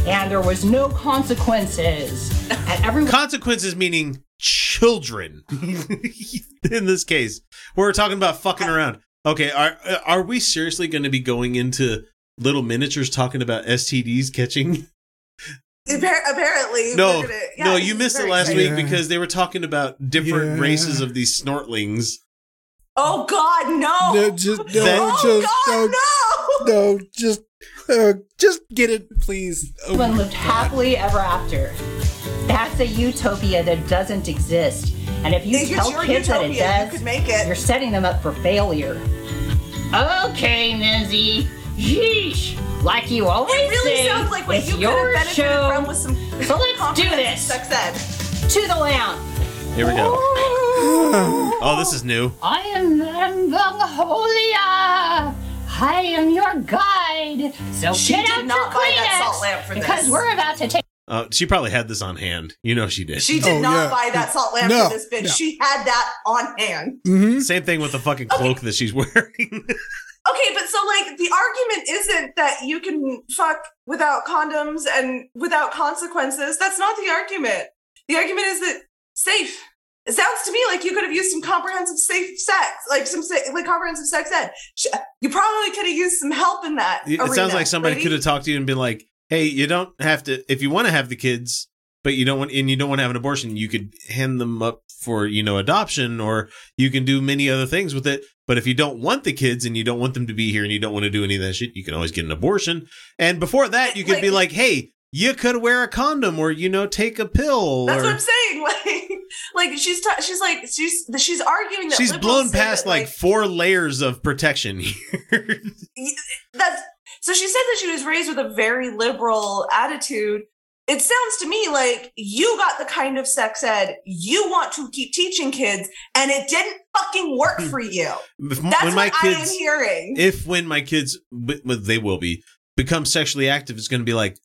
S4: and there was no consequences, and everyone
S1: Consequences meaning children. In this case, we're talking about fucking around. Okay, are uh, are we seriously going to be going into little miniatures talking about STDs catching?
S2: Appar- apparently
S1: no,
S2: we're gonna- yeah,
S1: no,
S2: this
S1: you
S2: is
S1: missed it
S2: very
S1: last
S2: exciting.
S3: exciting.
S1: week because they were talking about different
S3: Yeah.
S1: races of these snortlings.
S2: Oh God, no!
S3: No, just, no,
S1: That-
S2: oh
S3: just,
S2: God,
S3: no,
S2: no!
S3: no, just, uh, just get it, please. Oh,
S4: Everyone lived happily ever after. That's a utopia that doesn't exist. And if you
S2: If it's
S4: tell
S2: your
S4: kids that it
S2: utopia, you
S4: does,
S2: could make it.
S4: are setting them up for failure. Okay, Mizzy. Yeesh. Like you always
S2: It really
S4: say,
S2: sounds like what
S4: it's
S2: you could have
S4: your
S2: benefited
S4: show
S2: from with some.
S4: So let's do
S2: comprehensive
S4: this.
S2: sex ed.
S4: to the land.
S1: Here we go. Oh, this is new.
S4: I am Madame Bungholia. I am your guide. So
S2: She
S4: get
S2: did
S4: out
S2: not
S4: your
S2: buy that
S4: Kleenex,
S2: salt lamp for
S4: because
S2: this.
S4: we're about to take
S1: Uh, she probably had this on hand. You know she did.
S2: She did
S3: Oh,
S2: not
S3: yeah.
S2: buy that salt lamp
S3: No,
S2: for this bitch.
S3: no.
S2: She had that on hand.
S1: Same thing with the fucking cloak that she's wearing.
S2: Okay, but so like the argument isn't that you can fuck without condoms and without consequences. That's not the argument. The argument is that safe. It sounds to me like you could have used some comprehensive safe sex, like some sa- like comprehensive sex ed. Sh- You probably could have used some help in that.
S1: it it sounds like somebody could have talked to you and been like, "Hey, you don't have to. If you want to have the kids, but you don't want, and you don't want to have an abortion, you could hand them up for you know adoption, or you can do many other things with it. But if you don't want the kids and you don't want them to be here and you don't want to do any of that shit, you can always get an abortion. And before that, you could be like, "Hey." You could wear a condom, or you know, take a pill.
S2: That's
S1: or,
S2: what I'm saying. Like, like she's ta- she's like she's she's arguing that
S1: She's
S2: liberals
S1: blown
S2: say
S1: past
S2: that,
S1: like, four layers of protection here.
S2: that's so she said that she was raised with a very liberal attitude it sounds to me like you got the kind of sex ed you want to keep teaching kids and it didn't fucking work for you
S1: If-
S2: that's
S1: Hmm. when my
S2: what i am
S1: kids,
S2: hearing
S1: if when my kids, w- w- they will be, become sexually active, it's going to be like,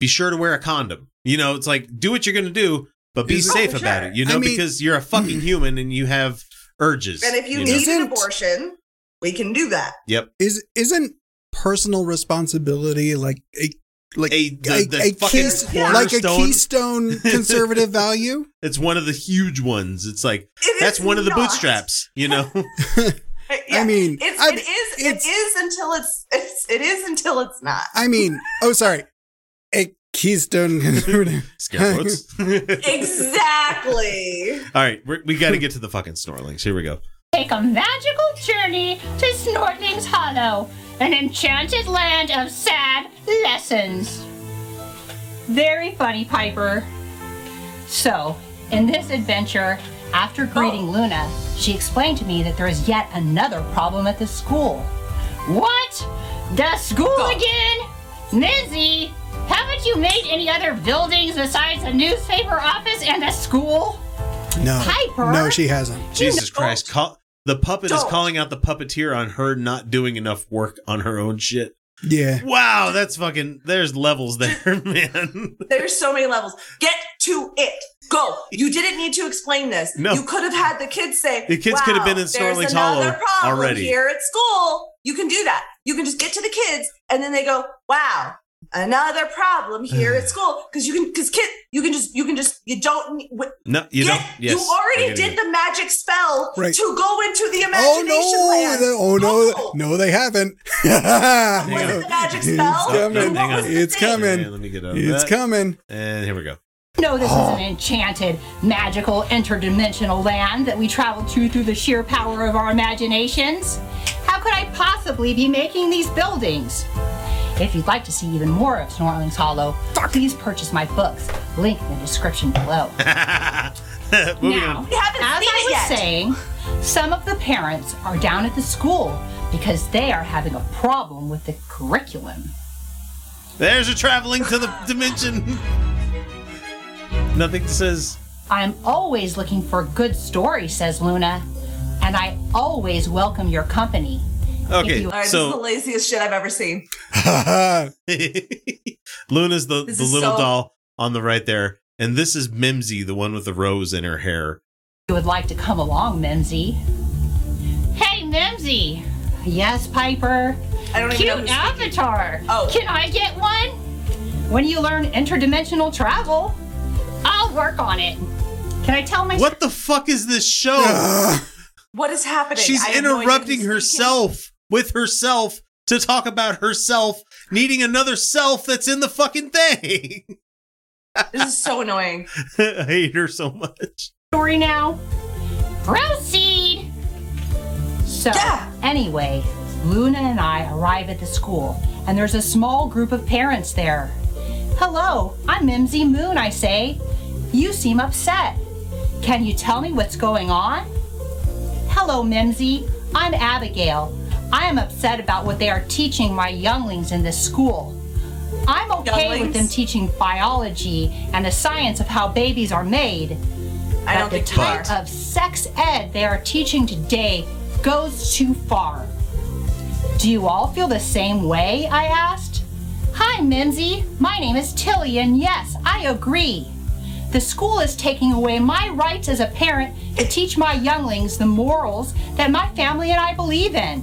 S1: be sure to wear a condom. You know, it's like do what you're going to do, but be
S3: Is it-
S1: safe
S2: Oh, for
S1: about
S2: sure.
S1: it. You know,
S3: I mean-
S1: because you're a fucking human and you have urges.
S2: and if you,
S1: know?
S2: need an
S3: Isn't-
S2: abortion we can do that
S1: yep,
S3: Is isn't personal responsibility like a like
S1: A- the- the fucking
S3: keys-
S1: cornerstone.
S3: like a keystone conservative value?
S1: it's one of the huge ones. It's like
S2: It
S1: that's
S2: is
S1: one of the
S2: not.
S1: bootstraps. You know,
S2: Uh, Yeah.
S3: mean,
S2: it's,
S3: I
S2: it
S3: mean,
S2: is
S3: it's-
S2: it is until it's, it's it is until it's not
S3: I mean, oh sorry, a keystone conservative.
S1: scare quotes.
S2: exactly
S1: All right, we're, we got to get to the fucking snorlings. Here we go.
S4: take a magical journey to Snortling's Hollow, an enchanted land of sad lessons. Very funny, Piper. So, in this adventure, after greeting Luna, she explained to me that there is yet another problem at the school. What? The school again? Mizzy, haven't you made any other buildings besides the newspaper office and the school?
S3: No,
S4: Piper?
S3: no, she hasn't.
S1: Jesus Christ, call, The puppet is
S2: Don't.
S1: calling out the puppeteer on her not doing enough work on her own shit.
S3: Yeah.
S1: Wow, that's fucking. There's levels there, man.
S2: There's so many levels. Get to it. Go. You didn't need to explain this.
S1: No.
S2: You could have had the kids say,
S1: The kids could have
S2: "Wow,
S1: been in
S2: there's
S1: Snorling's
S2: another
S1: Hollow
S2: problem
S1: already."
S2: Here at school, you can do that. You can just get to the kids, and then they go, "Wow, another problem here at school." Because you can, because kid, you can just, you can just, you don't. need- w-
S1: No, you
S2: get,
S1: don't. Yes,
S2: you
S1: I
S2: already
S1: get it.
S2: did the magic spell
S3: Right.
S2: to go into the imagination
S3: Oh no!
S2: land.
S3: They- oh no! No, they haven't.
S2: Was it
S1: on.
S2: the magic
S3: It's
S2: spell?
S3: coming.
S1: Hang
S2: What
S1: on.
S2: was the
S3: It's
S2: thing?
S3: coming.
S1: Okay, let me get out of
S3: It's
S1: that.
S3: coming.
S1: And here we go.
S4: No, this is an enchanted, magical, interdimensional land that we travel to through the sheer power of our imaginations. How could I possibly be making these buildings? If you'd like to see even more of Snorling's Hollow, please purchase my books. Link in the description below.
S1: Moving
S4: now,
S1: on.
S2: We haven't
S4: as
S2: seen
S4: I
S2: it
S4: was
S2: yet.
S4: saying, some of the parents are down at the school because they are having a problem with the curriculum.
S1: There's a traveling to the dimension. Nothing says.
S4: I'm always looking for a good story, says Luna, and I always welcome your company.
S1: Okay,
S4: you- All
S2: All right, this is the
S1: so
S2: laziest shit I've ever seen.
S1: Luna's the,
S2: This
S1: the
S2: is
S1: little
S2: so-
S1: doll on the right there, and this is Mimsy, the one with the rose in her hair.
S4: You would like to come along, Mimsy. Hey, Mimsy! Yes, Piper.
S2: I don't even know
S4: Cute
S2: who's
S4: avatar.
S2: Oh.
S4: Can I get one? When you learn interdimensional travel, I'll work on it. Can I tell my
S1: What the fuck is this show?
S2: What is happening?
S1: She's
S2: I have no idea
S1: interrupting
S2: who's speaking.
S1: herself with herself to talk about herself needing another self that's in the fucking thing.
S2: This is so annoying.
S1: I hate her so much.
S4: story now? Proceed! So,
S2: Yeah.
S4: anyway, Luna and I arrive at the school, and there's a small group of parents there. Hello, I'm Mimsy Moon, I say. You seem upset. Can you tell me what's going on? Hello, Mimsy. I'm Abigail. I am upset about what they are teaching my younglings in this school. I'm okay with
S2: Younglings?
S4: them teaching biology and the science of how babies are made,
S2: I don't
S4: the
S2: think you are.
S4: type of sex ed they are teaching today goes too far. Do you all feel the same way? I asked. Hi, Mimsy. My name is Tilly, and yes, I agree. The school is taking away my rights as a parent to teach my younglings the morals that my family and I believe in.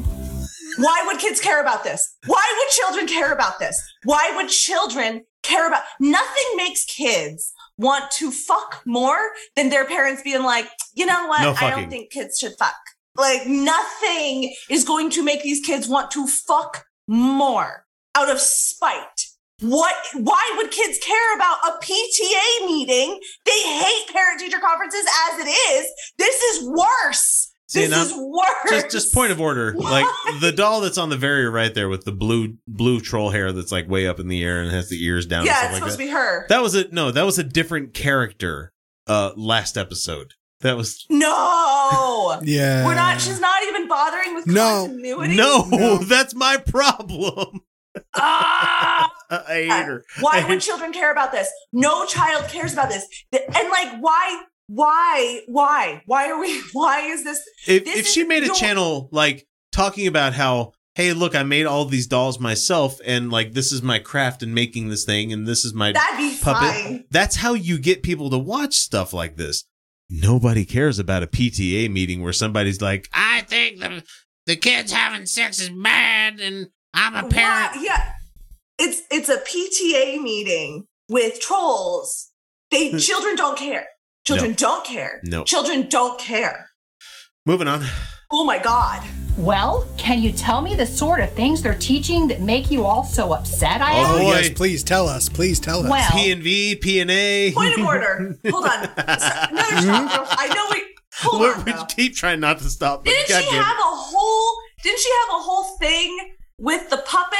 S2: Why would kids care about this? Why would children care about this? Why would children care about nothing makes kids want to fuck more than their parents being like, you know what?
S1: No
S2: I
S1: fucking.
S2: don't think kids should fuck. Like nothing is going to make these kids want to fuck more out of spite. What why would kids care about a PTA meeting? They hate parent teacher conferences as it is. This is worse.
S1: See,
S2: this
S1: now-
S2: is worse.
S1: Just, just point of order. Like the doll that's on the very right there with the blue, blue troll hair that's like way up in the air and has the ears down.
S2: Yeah,
S1: and
S2: it's
S1: stuff like
S2: supposed
S1: that.
S2: to be her.
S1: That was a no. That was a different character. Uh, last episode. That was
S2: No,
S3: yeah.
S2: we're not. She's not even bothering with
S3: No.
S2: continuity.
S1: no,
S3: No.
S1: That's my problem.
S2: Ah!
S1: I hate her.
S2: Why would children care about this? No child cares about this. Th- And like, why? Why? Why? Why are we? Why is this?
S1: If
S2: this
S1: if
S2: is
S1: she made a
S2: your-
S1: channel like talking about how hey look I made all these dolls myself and like this is my craft in making this thing and this is my
S2: That'd be
S1: puppet.
S2: fine.
S1: That's how you get people to watch stuff like this. Nobody cares about a PTA meeting where somebody's like, "Ah,
S5: I think the the kids having sex is bad, and I'm a parent.
S2: Why- Yeah, it's it's a PTA meeting with trolls. They children don't care. Children don't care.
S1: Hmm. No.
S2: Children don't care.
S1: moving on.
S2: Oh my god.
S4: Well, can you tell me the sort of things they're teaching that make you all so upset? I
S1: Oh,
S3: Oh
S4: asked.
S3: yes,
S1: boy.
S3: please tell us. Please tell us.
S4: Well-
S1: P and V, P and A.
S2: Point of order. Hold on. So, another stop. I know we. Hold
S1: We're-
S2: on.
S1: We
S2: though.
S1: keep trying not to stop. But
S2: Didn't she
S1: goddamn it.
S2: have a whole? Didn't she have a whole thing with the puppet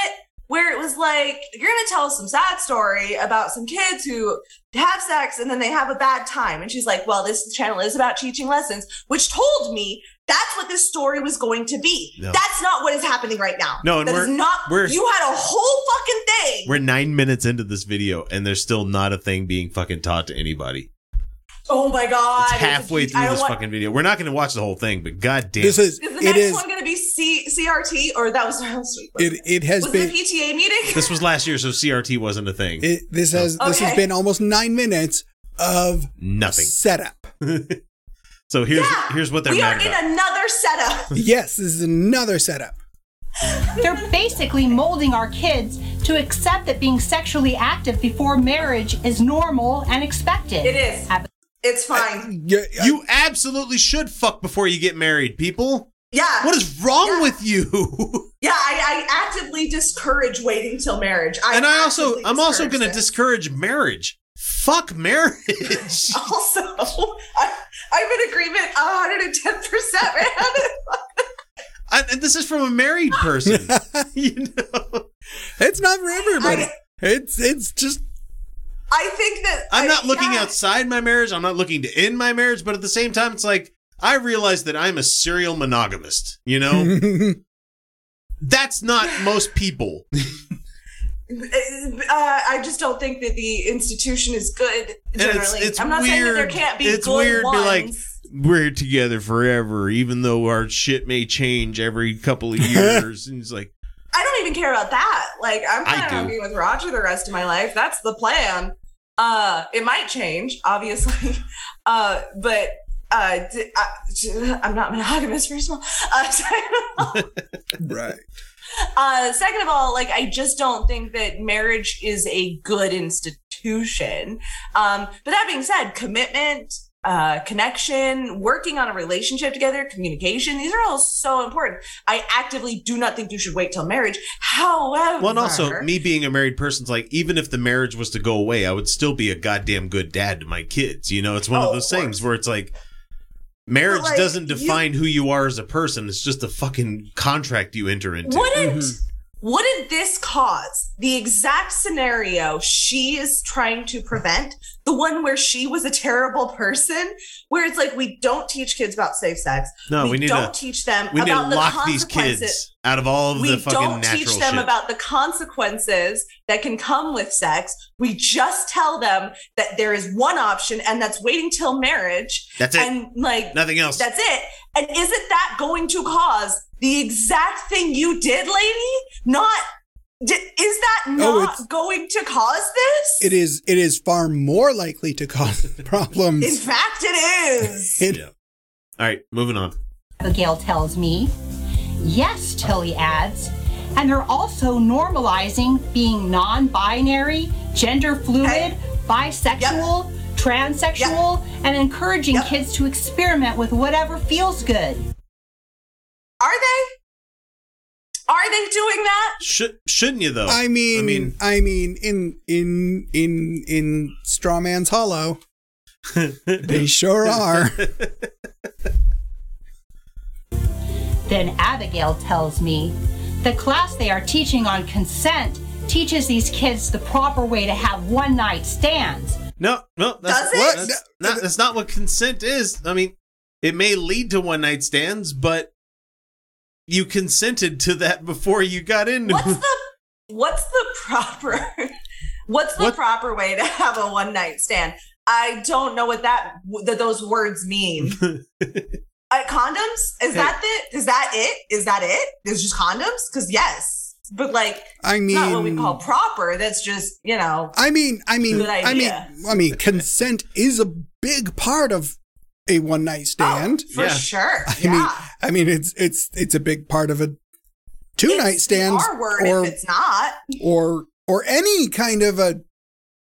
S2: where it was like you're gonna tell us some sad story about some kids who have sex and then they have a bad time, and she's like, "Well, this channel is about teaching lessons," which told me that's what this story was going to be.
S1: No.
S2: That's not what is happening right now.
S1: No, and
S2: That is
S1: we're-
S2: not.
S1: we're-
S2: you had a whole fucking thing.
S1: We're nine minutes into this video, and there's still not a thing being fucking taught to anybody.
S2: Oh my god!
S1: It's
S2: It's a-
S1: halfway through
S2: I don't
S1: this
S2: want-
S1: fucking video. We're not going to watch the whole thing, but goddamn,
S3: This is
S2: Is the
S3: it
S2: next
S3: is
S2: one going to be C- CRT or that was it?
S3: it it has
S2: was
S3: been
S2: it a PTA meeting?
S1: this was last year, so CRT wasn't a thing.
S3: it, this has this has
S2: Okay.
S3: been almost nine minutes of
S1: Nothing.
S3: setup.
S1: So here's
S2: Yeah.
S1: here's what they're
S2: we are
S1: mad
S2: in
S1: about.
S2: another setup.
S3: yes, this is another setup.
S4: They're basically molding our kids to accept that being sexually active before marriage is normal and expected.
S2: It is.
S4: At the
S2: It's fine.
S3: You,
S1: you absolutely should fuck before you get married, people.
S2: yeah.
S1: What is wrong
S2: Yeah.
S1: with you?
S2: Yeah, I, I actively discourage waiting till marriage. I
S1: and I also
S2: actively
S1: I'm also
S2: discourage
S1: going to
S2: this.
S1: discourage marriage. Fuck marriage.
S2: Also, I, I'm in agreement 110 percent, man.
S1: I, and this is from a married person. you know,
S3: uh, it's not for everybody.
S2: I-
S3: it's it's just
S2: I think that
S1: I'm
S2: I-
S1: not looking
S2: yeah.
S1: outside my marriage. I'm not looking to end my marriage. But at the same time, it's like I realize that I'm a serial monogamist. You know, that's not most people.
S2: Uh, I just don't think that the institution is good.
S1: it's-
S2: Generally,
S1: it's
S2: I'm not saying that there
S1: weird-
S2: can't be
S1: it's
S2: good
S1: weird to,
S2: ones.
S1: like, We're together forever, even though our shit may change every couple of years. and it's like,
S2: I don't even care about that. Like I'm
S1: I
S2: planning on
S1: do.
S2: being with Roger the rest of my life. That's the plan. Uh, it might change, obviously. Uh, but uh, d- I, am not monogamous, first of all. Uh,
S3: right.
S2: uh, second of all, like I just don't think that marriage is a good institution. Um, but that being said, commitment, uh, connection, working on a relationship together, communication, these are all so important. I actively do not think you should wait till marriage. However,
S1: well, and also me being a married person's like, even if the marriage was to go away, I would still be a goddamn good dad to my kids. You know, it's one
S2: Oh,
S1: of
S2: of
S1: those
S2: course.
S1: things where it's like, marriage
S2: like,
S1: doesn't
S2: you-
S1: define who you are as a person. It's just a fucking contract you enter into.
S2: wouldn't
S1: mm-hmm.
S2: wouldn't this cause the exact scenario she is trying to prevent the one where she was a terrible person where it's like we don't teach kids about safe sex
S1: No, we need to-
S2: don't teach them
S1: We need
S2: about
S1: to
S2: the
S1: lock these
S2: consequences
S1: kids out of all of
S2: we
S1: the fucking
S2: don't
S1: natural
S2: teach them
S1: shit.
S2: about the consequences that can come with sex we just tell them that there is one option and that's waiting till marriage
S1: That's it.
S2: and like
S1: Nothing else.
S2: that's it. And isn't that going to cause the exact thing you did, lady? Not d- is that not
S3: Oh, it's-
S2: going to cause this?
S3: It is it is far more likely to cause
S2: In
S3: problems.
S2: fact, it is.
S3: It-
S1: yeah. All right, moving on.
S4: Abigail tells me. Yes, Tilly adds. And they're also normalizing being non binary, gender fluid,
S2: Hey.
S4: bisexual, transsexual, and encouraging
S2: Yep.
S4: kids to experiment with whatever feels good.
S2: Are they? Are they doing that?
S1: Should shouldn't you though?
S3: I mean, I mean, in in in in Strawman's Hollow, they sure are.
S4: Then Abigail tells me the class they are teaching on consent teaches these kids the proper way to have one night stands.
S1: no, no, that's,
S2: Does it?
S1: what?
S3: What?
S1: That's, not, that's not what consent is. I mean, it may lead to one night stands, but you consented to that before you got into.
S2: What's
S1: it.
S2: the what's the proper what's the
S1: What-
S2: proper way to have a one night stand? I don't know what that that those words mean. Uh, condoms? Is that the, is that it? Is that it? Is just condoms? Because yes, but like
S3: I mean,
S2: not what we call proper. That's just you know.
S3: I mean, I mean,
S2: Good
S3: I mean,
S2: idea.
S3: I mean, consent is a big part of a one night stand.
S2: for
S1: Yeah.
S2: sure.
S3: I
S2: Oh, yeah.
S3: mean, I mean, it's it's it's a big part of a two night
S2: It's
S3: stand
S2: the R word
S3: or
S2: if it's not
S3: or or any kind of a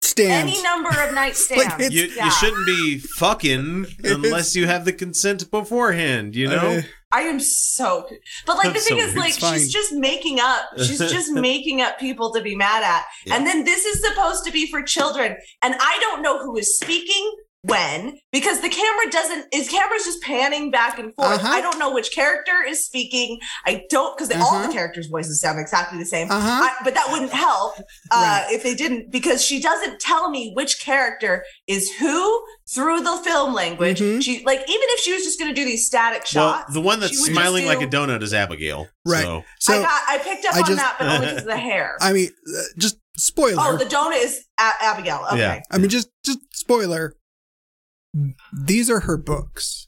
S3: stand.
S2: any number of
S3: Like,
S2: nightstands.
S3: it's-
S1: you,
S2: yeah.
S1: you shouldn't be fucking unless you have the consent beforehand. You know,
S3: Uh,
S2: I am so, but like the
S1: That's
S2: thing
S1: so
S2: is,
S1: weird.
S2: like
S3: It's fine.
S2: she's just making up. She's just making up people to be mad at, and then this is supposed to be for children, and I don't know who is speaking when because the camera doesn't. Is camera's just panning back and forth?
S3: Uh-huh.
S2: I don't know which character is speaking. I don't because all the characters' voices sound exactly the same.
S3: Uh-huh.
S2: I- but that wouldn't help uh, if they didn't because she doesn't tell me which character is who through the film language.
S3: Mm-hmm.
S2: She like even if she was just going to do these static
S1: well,
S2: shots.
S1: the one that's
S2: she would just
S1: smiling like
S2: do-
S1: a donut is Abigail.
S3: right.
S1: So.
S3: So
S2: I got I picked up
S3: I
S2: on
S3: just-
S2: that, but only because of the hair.
S3: I mean, uh, just spoiler.
S2: oh, the donut is a- Abigail. Okay.
S1: Yeah.
S3: I mean, just just spoiler. These are her books.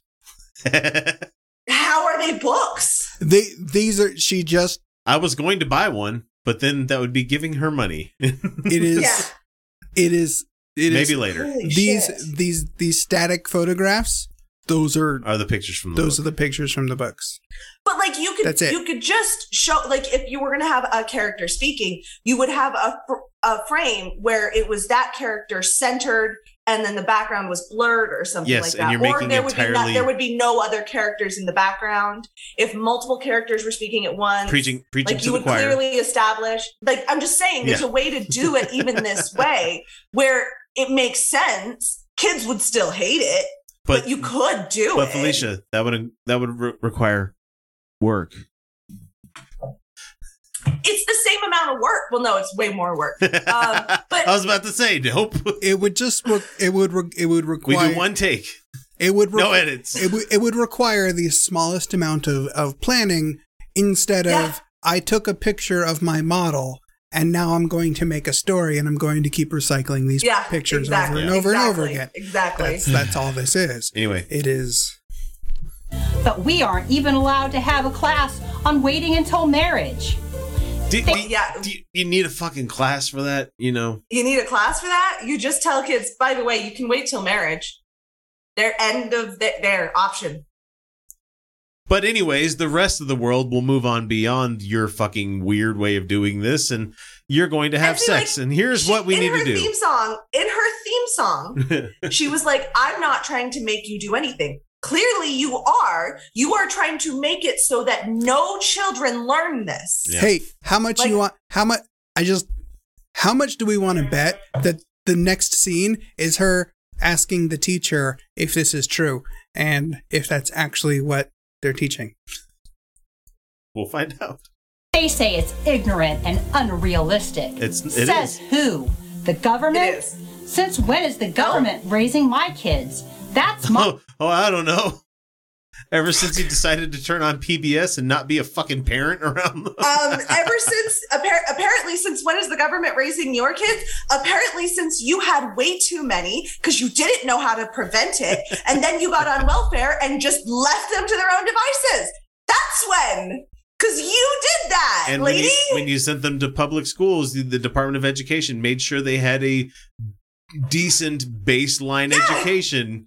S2: How are they books?
S3: They these are she just
S1: I was going to buy one, but then that would be giving her money.
S3: it is
S2: Yeah.
S3: it is it is
S1: Maybe later
S2: Holy
S3: these
S2: shit.
S3: these these static photographs. Those are
S1: are the pictures from the
S3: those
S1: book.
S3: are the pictures from the books.
S2: But like you could,
S3: That's it.
S2: you could just show like if you were going to have a character speaking, you would have a fr- a frame where it was that character centered, and then the background was blurred or something
S1: Yes,
S2: like
S1: and
S2: that.
S1: you're
S2: or
S1: making
S2: there would be
S1: entirely-
S2: no, there would be no other characters in the background if multiple characters were speaking at once.
S1: preaching preaching
S2: like
S1: to
S2: you
S1: the
S2: would
S1: choir.
S2: clearly establish like i'm just saying there's
S1: Yeah.
S2: a way to do it even this way where it makes sense kids would still hate it but,
S1: but
S2: you could do
S1: but
S2: it
S1: Felicia, that would that would re- require work.
S2: it's the same amount of work well no it's way more work um,
S1: I
S2: but
S1: was about to say, nope.
S3: It would just re- it would re- it would
S1: We
S3: require
S1: do one take,
S3: it would re-
S1: no edits.
S3: it, w- it would require the smallest amount of, of planning instead
S2: Yeah.
S3: of I took a picture of my model and now I'm going to make a story and I'm going to keep recycling these
S2: yeah
S3: pictures
S2: exactly,
S3: over and over and over
S2: exactly,
S3: again.
S2: exactly
S3: That's that's all this is.
S1: Anyway,
S3: It is
S4: But we aren't even allowed to have a class on waiting until marriage.
S1: do, do-
S2: Yeah.
S1: do you- you need a fucking class for that? You know,
S2: you need a class for that you just tell kids by the way you can wait till marriage their end of the, their option
S1: But anyways, the rest of the world will move on beyond your fucking weird way of doing this, and you're going to have
S2: I feel
S1: sex.
S2: like
S1: and here's
S2: She-
S1: what we
S2: in
S1: need
S2: her
S1: to do.
S2: theme song in her theme song she was like, I'm not trying to make you do anything. Clearly, you are. You are trying to make it so that no children learn this.
S1: Yeah.
S3: Hey, how much
S2: Like-
S3: you want how much I just how much do we want to bet that the next scene is her asking the teacher if this is true and if that's actually what they're teaching.
S1: we'll find out.
S4: They say it's ignorant and unrealistic.
S1: It's- it
S4: Says who? The government?
S2: It is. Uh-huh.
S4: Since when is the government raising my kids? That's my
S1: Oh, oh, I don't know. Ever since he decided to turn on PBS and not be a fucking parent around them.
S2: Um, ever since, appar- apparently, since when is the government raising your kids? Apparently, since you had way too many because you didn't know how to prevent it, and then you got on welfare and just left them to their own devices. That's when, because you did that,
S1: and when
S2: lady.
S1: you, when you sent them to public schools, the, the Department of Education made sure they had a decent baseline education.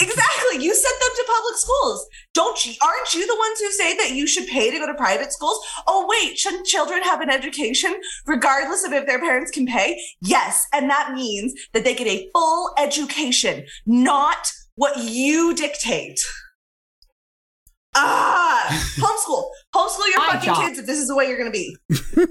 S2: Exactly. You sent them to public schools. Don't you? Aren't you the ones who say that you should pay to go to private schools? Oh, wait, shouldn't children have an education regardless of if their parents can pay? Yes. And that means that they get a full education, not what you dictate. Ah, homeschool. Homeschool your
S4: My
S2: fucking
S4: job.
S2: kids if this is the way you're going to be.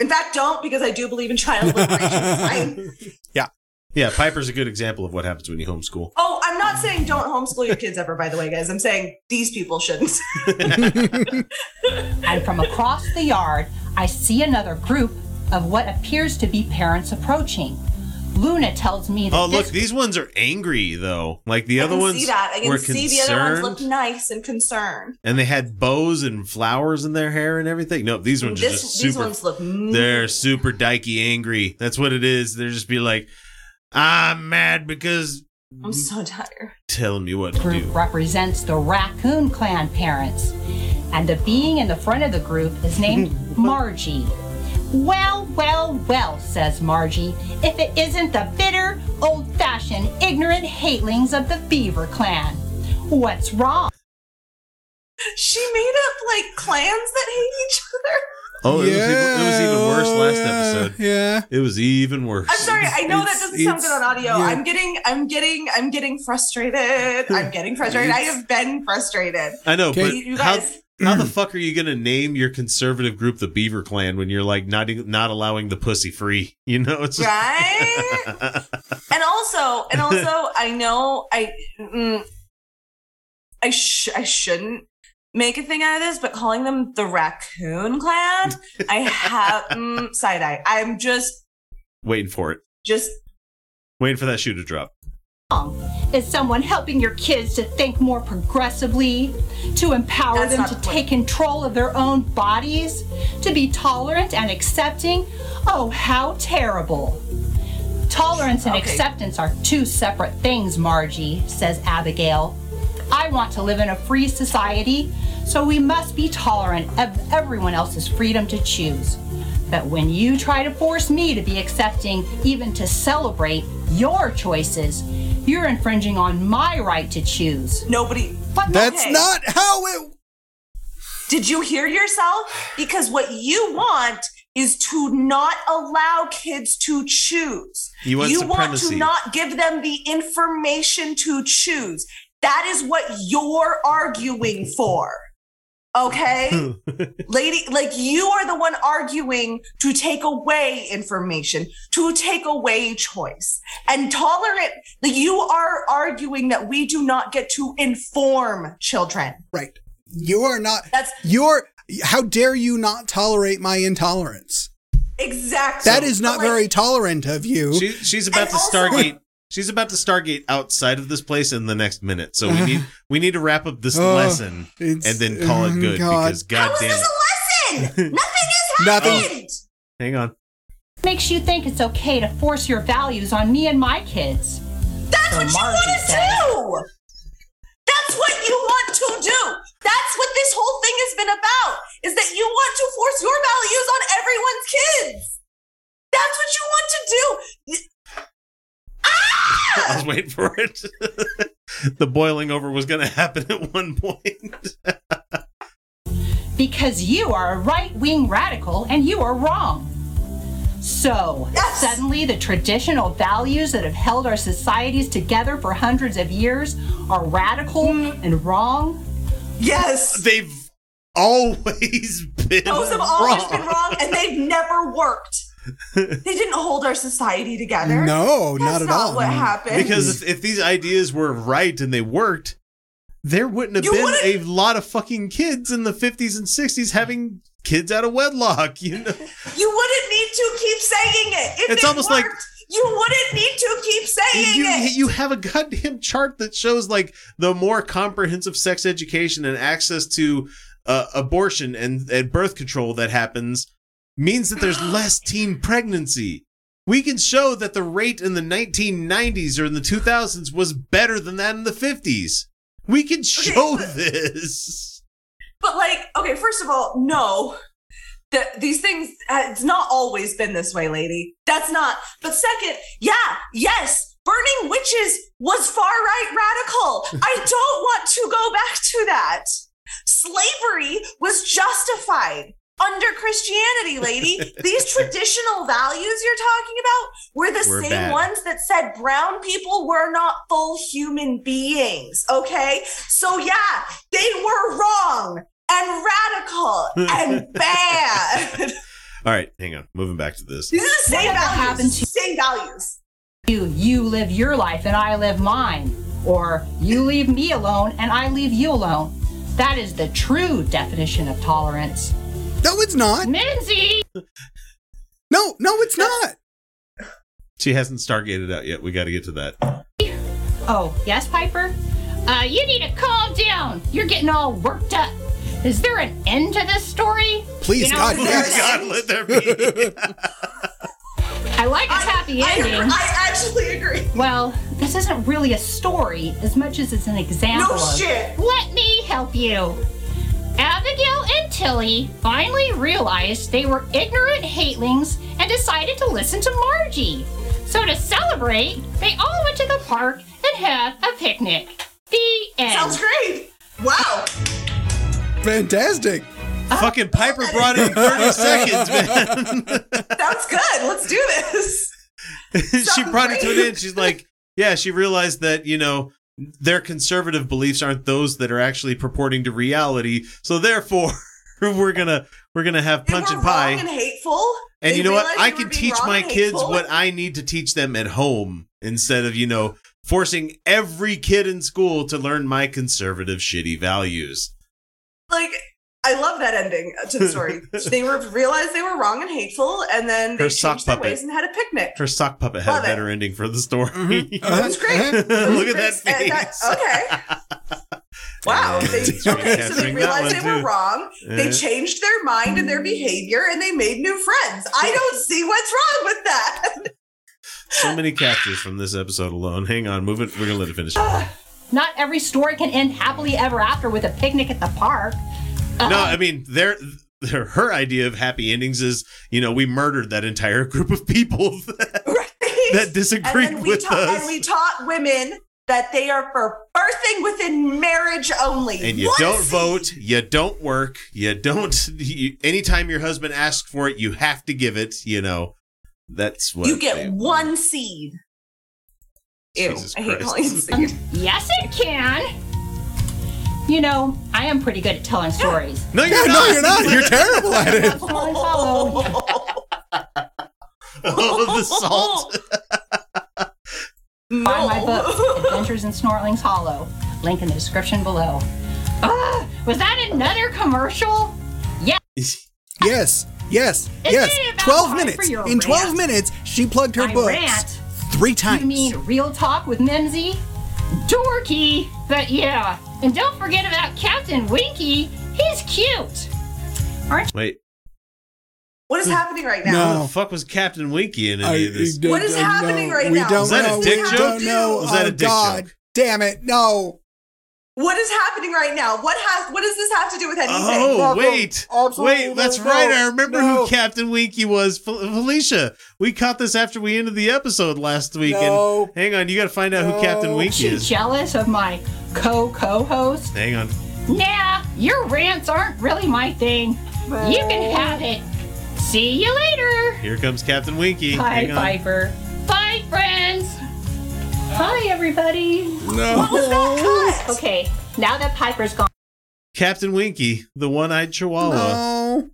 S2: in fact, don't because I do believe in child liberation. right?
S1: Yeah, Piper's a good example of what happens when you homeschool.
S2: Oh, I'm not saying don't homeschool your kids ever, by the way, guys. I'm saying these people shouldn't.
S4: And from across the yard, I see another group of what appears to be parents approaching. Luna tells me that
S1: Oh, look,
S4: this
S1: these ones are angry though. Like the other
S2: I can
S1: ones
S2: see that. I can
S1: were
S2: see the
S1: concerned,
S2: other ones look nice and concerned.
S1: and they had bows and flowers in their hair and everything. No, these ones are
S2: This,
S1: just
S2: these
S1: super.
S2: ones look.
S1: they're super dykey angry. That's what it is. They're just be like, I'm mad because
S2: I'm so tired.
S1: telling me what to
S4: group
S1: do.
S4: represents the Raccoon Clan parents. And the being in the front of the group is named Margie. Well, well, well, says Margie, if it isn't the bitter, old fashioned, ignorant hatelings of the Beaver Clan. What's wrong?
S2: She made up like clans that hate each other.
S1: Oh, it, was, it was even worse last
S3: Yeah,
S1: episode.
S3: Yeah.
S1: It was even worse.
S2: I'm sorry. I know that
S3: It's-
S2: doesn't sound
S3: it's-
S2: good on audio.
S3: yeah.
S2: I'm getting. I'm getting. I'm getting frustrated. I'm getting frustrated. I
S3: It's-
S2: have been frustrated.
S1: I know,
S3: Okay.
S1: but
S2: You- you
S1: how,
S2: guys-
S1: how the fuck are you going to name your conservative group the Beaver Clan when you're like not e- not allowing the pussy free? You know, it's just,
S2: Right? and also, and also, I know I, mm, I, sh- I shouldn't make a thing out of this, but calling them the raccoon clan, I have mm, side eye. I'm just,
S1: waiting for it,
S2: just
S1: waiting for that shoe to drop.
S4: Is someone helping your kids to think more progressively, to empower
S2: That's
S4: them
S2: not
S4: to
S2: the point.
S4: take control of their own bodies, to be tolerant and accepting? Oh, how terrible. Tolerance and
S2: Okay.
S4: acceptance are two separate things, Margie, says Abigail. I want to live in a free society, so we must be tolerant of everyone else's freedom to choose. But when you try to force me to be accepting, even to celebrate your choices, you're infringing on my right to choose.
S2: Nobody.
S4: But
S3: That's
S2: Okay.
S3: not how it.
S2: Did you hear yourself? Because what you want is to not allow kids to choose.
S1: You want
S2: to
S1: supremacy.
S2: not give them the information to choose. That is what you're arguing for. Okay? Lady, like you are the one arguing to take away information, to take away choice. And tolerant, like you are arguing that we do not get to inform children.
S3: Right. You are not.
S2: That's-
S3: You're. How dare you not tolerate my intolerance?
S2: Exactly.
S3: That is not
S2: Like-
S3: very tolerant of you.
S1: She, she's about
S2: And
S1: to
S2: also-
S1: Stargate. She's about to Stargate outside of this place in the next minute. So we need we need to wrap up this
S3: Uh-huh. Oh,
S1: lesson and
S3: it's-
S1: then call it
S3: oh,
S1: good
S3: God.
S1: because
S2: How is
S1: goddamn it.
S2: this a lesson? Nothing has
S3: Nothing.
S2: happened.
S1: Hang on.
S4: makes you think it's okay to force your values on me and my kids.
S2: That's
S4: So
S2: what you
S4: Margie
S2: want to
S4: said-
S2: do. That's what you want to do. That's what this whole thing has been about. Is that you want to force your values on everyone's kids. That's what you want to do.
S1: I was waiting for it. the boiling over was going to happen at one point.
S4: because you are a right wing radical and you are wrong. So,
S2: Yes.
S4: suddenly the traditional values that have held our societies together for hundreds of years are radical and wrong.
S2: Yes.
S1: They've always been
S2: Those have always been wrong and they've never worked. They didn't hold our society together.
S3: No,
S2: That's
S3: not at all.
S2: what happened.
S1: Because if, if these ideas were right and they worked, there wouldn't have
S2: You
S1: been
S2: wouldn't-
S1: a lot of fucking kids in the 50s and 60s having kids out of wedlock. You know,
S2: You wouldn't need to keep saying it. If
S1: It's
S2: it
S1: almost like-
S2: worked, you wouldn't need to keep saying
S1: you,
S2: it.
S1: you have a goddamn chart that shows like the more comprehensive sex education and access to uh, abortion and, and birth control that happens means that there's less teen pregnancy. We can show that the rate in the 1990s or in the 2000s was better than that in the 50s. We can show this.
S2: But like, okay, first of all, no. The, these things, uh, it's not always been this way, lady. That's not. But second, yeah, yes, burning witches was far right radical. I don't want to go back to that. Slavery was justified under Christianity, lady. These traditional values you're talking about were the
S1: Were
S2: same
S1: bad.
S2: ones that said brown people were not full human beings, okay? So, yeah, they were wrong and radical and bad.
S1: All right, hang on. Moving back to this.
S2: These are the same
S4: Whatever happened
S2: values.
S4: to-
S2: same values.
S4: You you live your life and I live mine, or you leave me alone and I leave you alone. That is the true definition of tolerance.
S3: No, it's not.
S4: Minzy!
S3: No, no, it's not.
S1: She hasn't stargated out yet. We got to get to that.
S4: Oh, yes, Piper? Uh, you need to calm down. You're getting all worked up. Is there an end to this story?
S3: Please,
S4: You know,
S3: God,
S4: is there-
S3: yes.
S1: God, let there be.
S4: I like its happy
S2: I,
S4: ending.
S2: I actually agree.
S4: well, this isn't really a story as much as it's an example.
S2: No
S4: of-
S2: shit.
S4: Let me help you. Abigail and Tilly finally realized they were ignorant hatelings and decided to listen to Margie. So to celebrate, they all went to the park and had a picnic. The end.
S2: Sounds great. Wow.
S3: Fantastic.
S1: Fucking Piper brought in 30 seconds, man.
S2: Sounds good. Let's do this.
S1: she
S2: Sounds
S1: brought it to an
S2: great.
S1: end. She's like, yeah, she realized that, you know, their conservative beliefs aren't those that are actually purporting to reality. So therefore, we're going to we're going to have
S2: They
S1: punch
S2: were
S1: and pie.
S2: wrong and hateful.
S1: And
S2: They
S1: you know what?
S2: realized
S1: I
S2: they
S1: can
S2: were being
S1: teach
S2: wrong
S1: my
S2: and
S1: kids
S2: hateful.
S1: what I need to teach them at home instead of, you know, forcing every kid in school to learn my conservative shitty values.
S2: like. I love that ending to the story. they were realized they were wrong and hateful, and then they
S1: Her sock
S2: changed their
S1: puppet.
S2: ways and had a picnic.
S1: Her sock puppet had
S2: Love
S1: a
S2: it.
S1: better ending for the story.
S2: That was great.
S3: Uh-huh.
S1: Look at that
S2: And
S1: face.
S2: okay. wow. They,
S1: Thanks
S3: for
S2: okay, so they
S1: capturing that
S2: realized
S1: one,
S2: they were
S1: too.
S2: wrong. They
S1: Yeah. Mm.
S2: changed their mind and their behavior, and they made new friends. I don't see what's wrong with that.
S1: so many captures from this episode alone. Hang on, move it. We're gonna let it finish. No,
S4: Not every story can end happily ever after with a picnic at the park.
S2: Uh-uh.
S1: I mean, their, their her idea of happy endings is you know we murdered that entire group of people that, that
S2: and
S1: disagreed
S2: then we
S1: with
S2: taught
S1: us,
S2: and we taught women that they are for birthing within marriage only.
S1: and you
S2: What?
S1: don't vote, you don't work, you don't. You, anytime your husband asks for it, you have to give it. You know, that's what
S2: You get
S1: they-
S2: one seed. Ew,
S1: Jesus
S2: I hate
S1: Christ.
S2: calling it seed.
S4: Yes, it can. You know, I am pretty good at telling stories.
S1: No, you're
S3: Yeah,
S1: not.
S3: no, you're not. You're terrible at it.
S4: Stories follow.
S1: All of the salt.
S4: Buy my
S2: No.
S4: books, Adventures in Snortling's Hollow. Link in the description below. Ah, was that another commercial?
S3: Yes, yes,
S4: Isn't
S3: yes.
S4: it about
S3: Twelve
S4: time
S3: minutes.
S4: for your
S3: In twelve
S4: rant?
S3: minutes, she plugged her
S4: My
S3: books
S4: rant?
S3: three times.
S4: You mean Real Talk with Mimsy? Dorky, but yeah. And don't forget about Captain Winky. He's cute.
S1: Wait,
S2: What is happening right now?
S1: what
S3: No.
S1: the fuck was Captain Winky in
S3: I-
S1: any of this?
S3: I
S2: What is
S3: don't
S2: happening
S3: know.
S2: right
S3: we
S2: now?
S3: Don't
S2: Is
S1: that a
S3: know.
S1: dick
S3: we
S1: joke?
S3: Don't know.
S1: Is that a
S3: oh,
S1: dick
S3: God
S1: joke?
S3: damn it! No.
S2: What is happening right now? What has? What does this have to do with anything?
S1: Oh
S3: No,
S1: wait,
S3: absolutely
S1: wait, that's
S3: no,
S1: right. I remember
S3: no.
S1: who Captain Winky was. Fel- Felicia, we caught this after we ended the episode last week.
S3: No.
S1: and hang on, you got to find out who
S3: No.
S1: Captain Winky
S4: She
S1: is.
S4: jealous of my co co host?
S1: Hang on.
S4: Nah, your rants aren't really my thing. You can have it. See you later.
S1: Here comes Captain Winky.
S4: Bye,
S1: Hang on.
S4: Piper. Bye, friends. Bye, everybody.
S3: No.
S4: Okay, now that Piper's gone,
S1: Captain Winky, the one-eyed
S3: Oh,
S1: Chihuahua,
S3: No.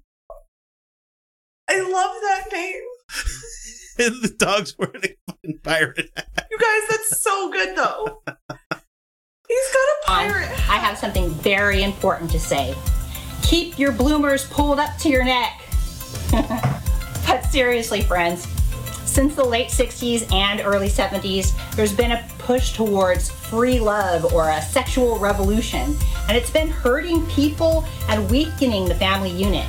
S2: I love that name.
S1: and the dog's wearing a fucking pirate. hat.
S2: You guys, that's so good though. He's
S1: Um,
S2: got a pirate. hat.
S4: Um, I have something very important to say. Keep your bloomers pulled up to your neck. but seriously, friends, since the late 60s and early 70s, there's been a push towards free love or a sexual revolution, and it's been hurting people and weakening the family unit.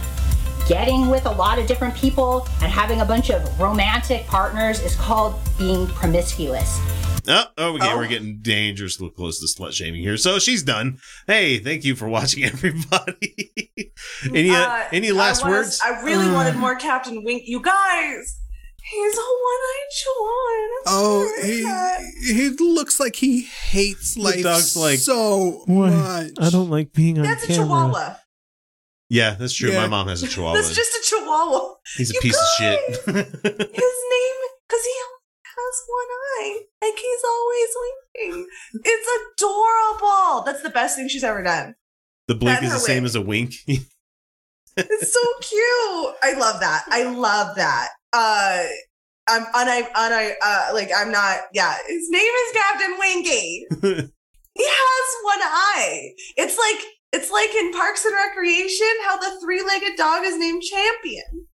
S4: Getting with a lot of different people and having a bunch of romantic partners is called being promiscuous.
S1: Oh, oh, okay, we're getting dangerously close to slut shaming here. So she's done. Hey, thank you for watching, everybody. any uh,
S2: Uh,
S1: any
S2: I
S1: last
S2: wanna-
S1: words?
S2: I really wanted more Captain Wink. You guys, he's a one-eyed John.
S3: Oh, he, he looks like he hates life
S1: dog's like,
S3: so much.
S1: like being on
S2: That's a chihuahua.
S1: Yeah, that's true.
S3: Yeah.
S1: My mom has a chihuahua.
S2: That's just a chihuahua.
S1: He's a
S2: You
S1: piece
S2: guys!
S1: of shit.
S2: His name, because he has one eye, like he's always winking. It's adorable. That's the best thing she's ever done.
S1: the blink
S2: That's
S1: is the
S2: her
S1: same
S2: wig.
S1: as a wink.
S2: It's so cute. I love that. I love that. Uh, I'm on. I on. I uh, like. I'm not. Yeah. His name is Captain Winky. He has one eye. It's like it's like in Parks and Recreation how the three-legged dog is named Champion.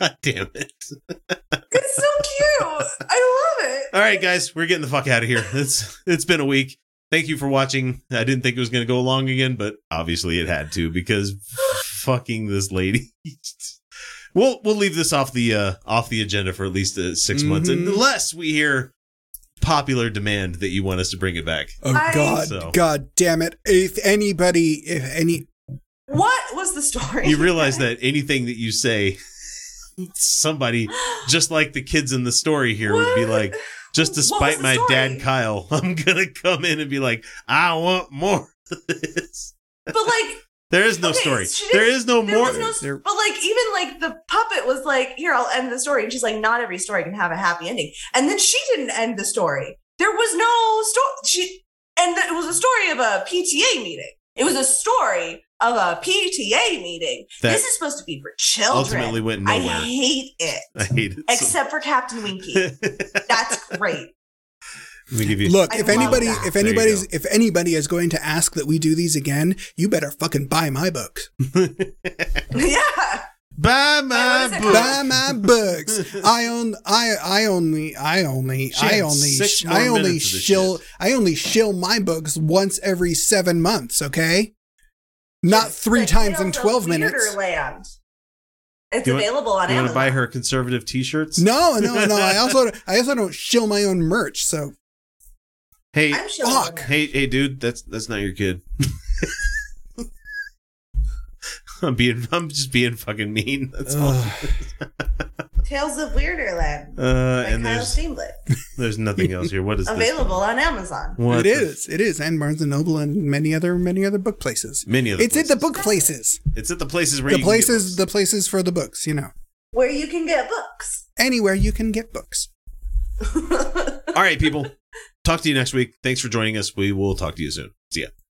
S1: God damn it.
S2: It's so cute. I love it.
S1: All right, guys, we're getting the fuck out of here. It's it's been a week. Thank you for watching. I didn't think it was going to go long again, but obviously it had to because fucking this lady. we'll we'll leave this off the uh, off the agenda for at least uh, 6 months
S3: Mhm.
S1: unless we hear popular demand that you want us to bring it back.
S3: Oh
S2: I-
S3: God!
S1: So-
S3: God damn it! If anybody, if any,
S2: What was the story?
S1: you realize that anything that you say somebody just like the kids in the story here would be like just to
S2: What was
S1: spite
S2: the
S1: my
S2: story?
S1: dad kyle i'm gonna come in and be like i want more of this
S2: but like
S1: there is no
S2: Okay,
S1: story
S2: she
S1: there
S2: didn't-
S1: is no
S2: there
S1: more
S2: was no s-
S3: there-
S2: but like even like the puppet was like here i'll end the story and she's like not every story can have a happy ending and then she didn't end the story there was no story she and th- it was a story of a pta meeting it was a story of a pta meeting
S1: That
S2: this is supposed to be for children
S1: ultimately went
S2: i
S1: nowhere i,
S2: hate it
S1: hate it so-
S2: except for captain winky that's great
S1: let me give you
S3: look,
S2: I
S3: if
S2: love
S3: anybody,
S2: that.
S3: if
S1: There you
S3: anybody's,
S1: go.
S3: if anybody is going to ask that we do these again, you better fucking buy my books.
S2: yeah
S1: buy
S2: Wait,
S1: my
S2: what is it
S1: book
S3: buy my books. I own. I. I only. I only.
S1: She
S3: I
S1: had
S3: only.
S1: six
S3: sh-
S1: more
S3: I only
S1: minutes of this
S3: shill.
S1: shit.
S3: I only shill my books once every seven months. Okay, not three
S2: Like,
S3: times in
S2: Tales of
S3: twelve minutes.
S2: Weirderland. It's
S1: You want-
S2: available on
S1: You want
S2: Amazon.
S1: to buy her conservative T-shirts?
S3: No, no, no. I also I also don't shill my own merch. So
S1: Hey,
S2: I'm sure.
S3: Fuck.
S1: hey, hey, dude, that's that's not your kid. I'm being, I'm just being fucking mean. That's
S3: Oh.
S1: all.
S3: Ugh.
S2: Tales of Weirderland.
S1: Uh,
S2: By
S1: and
S2: Kyle
S1: there's
S2: Steamlet.
S1: there's nothing else here. What is
S2: Available on Amazon.
S1: This? What
S3: it
S1: the-
S3: is. It is, and Barnes and Noble, and many other many other book places.
S1: Many of
S3: It's at the book places.
S1: It's at the places where
S3: The
S1: you can get books.
S3: places, the places for the books. You know,
S2: Where you can get books.
S3: anywhere you can get books.
S1: All right, people. Talk to you next week. Thanks for joining us. We will talk to you soon. See ya.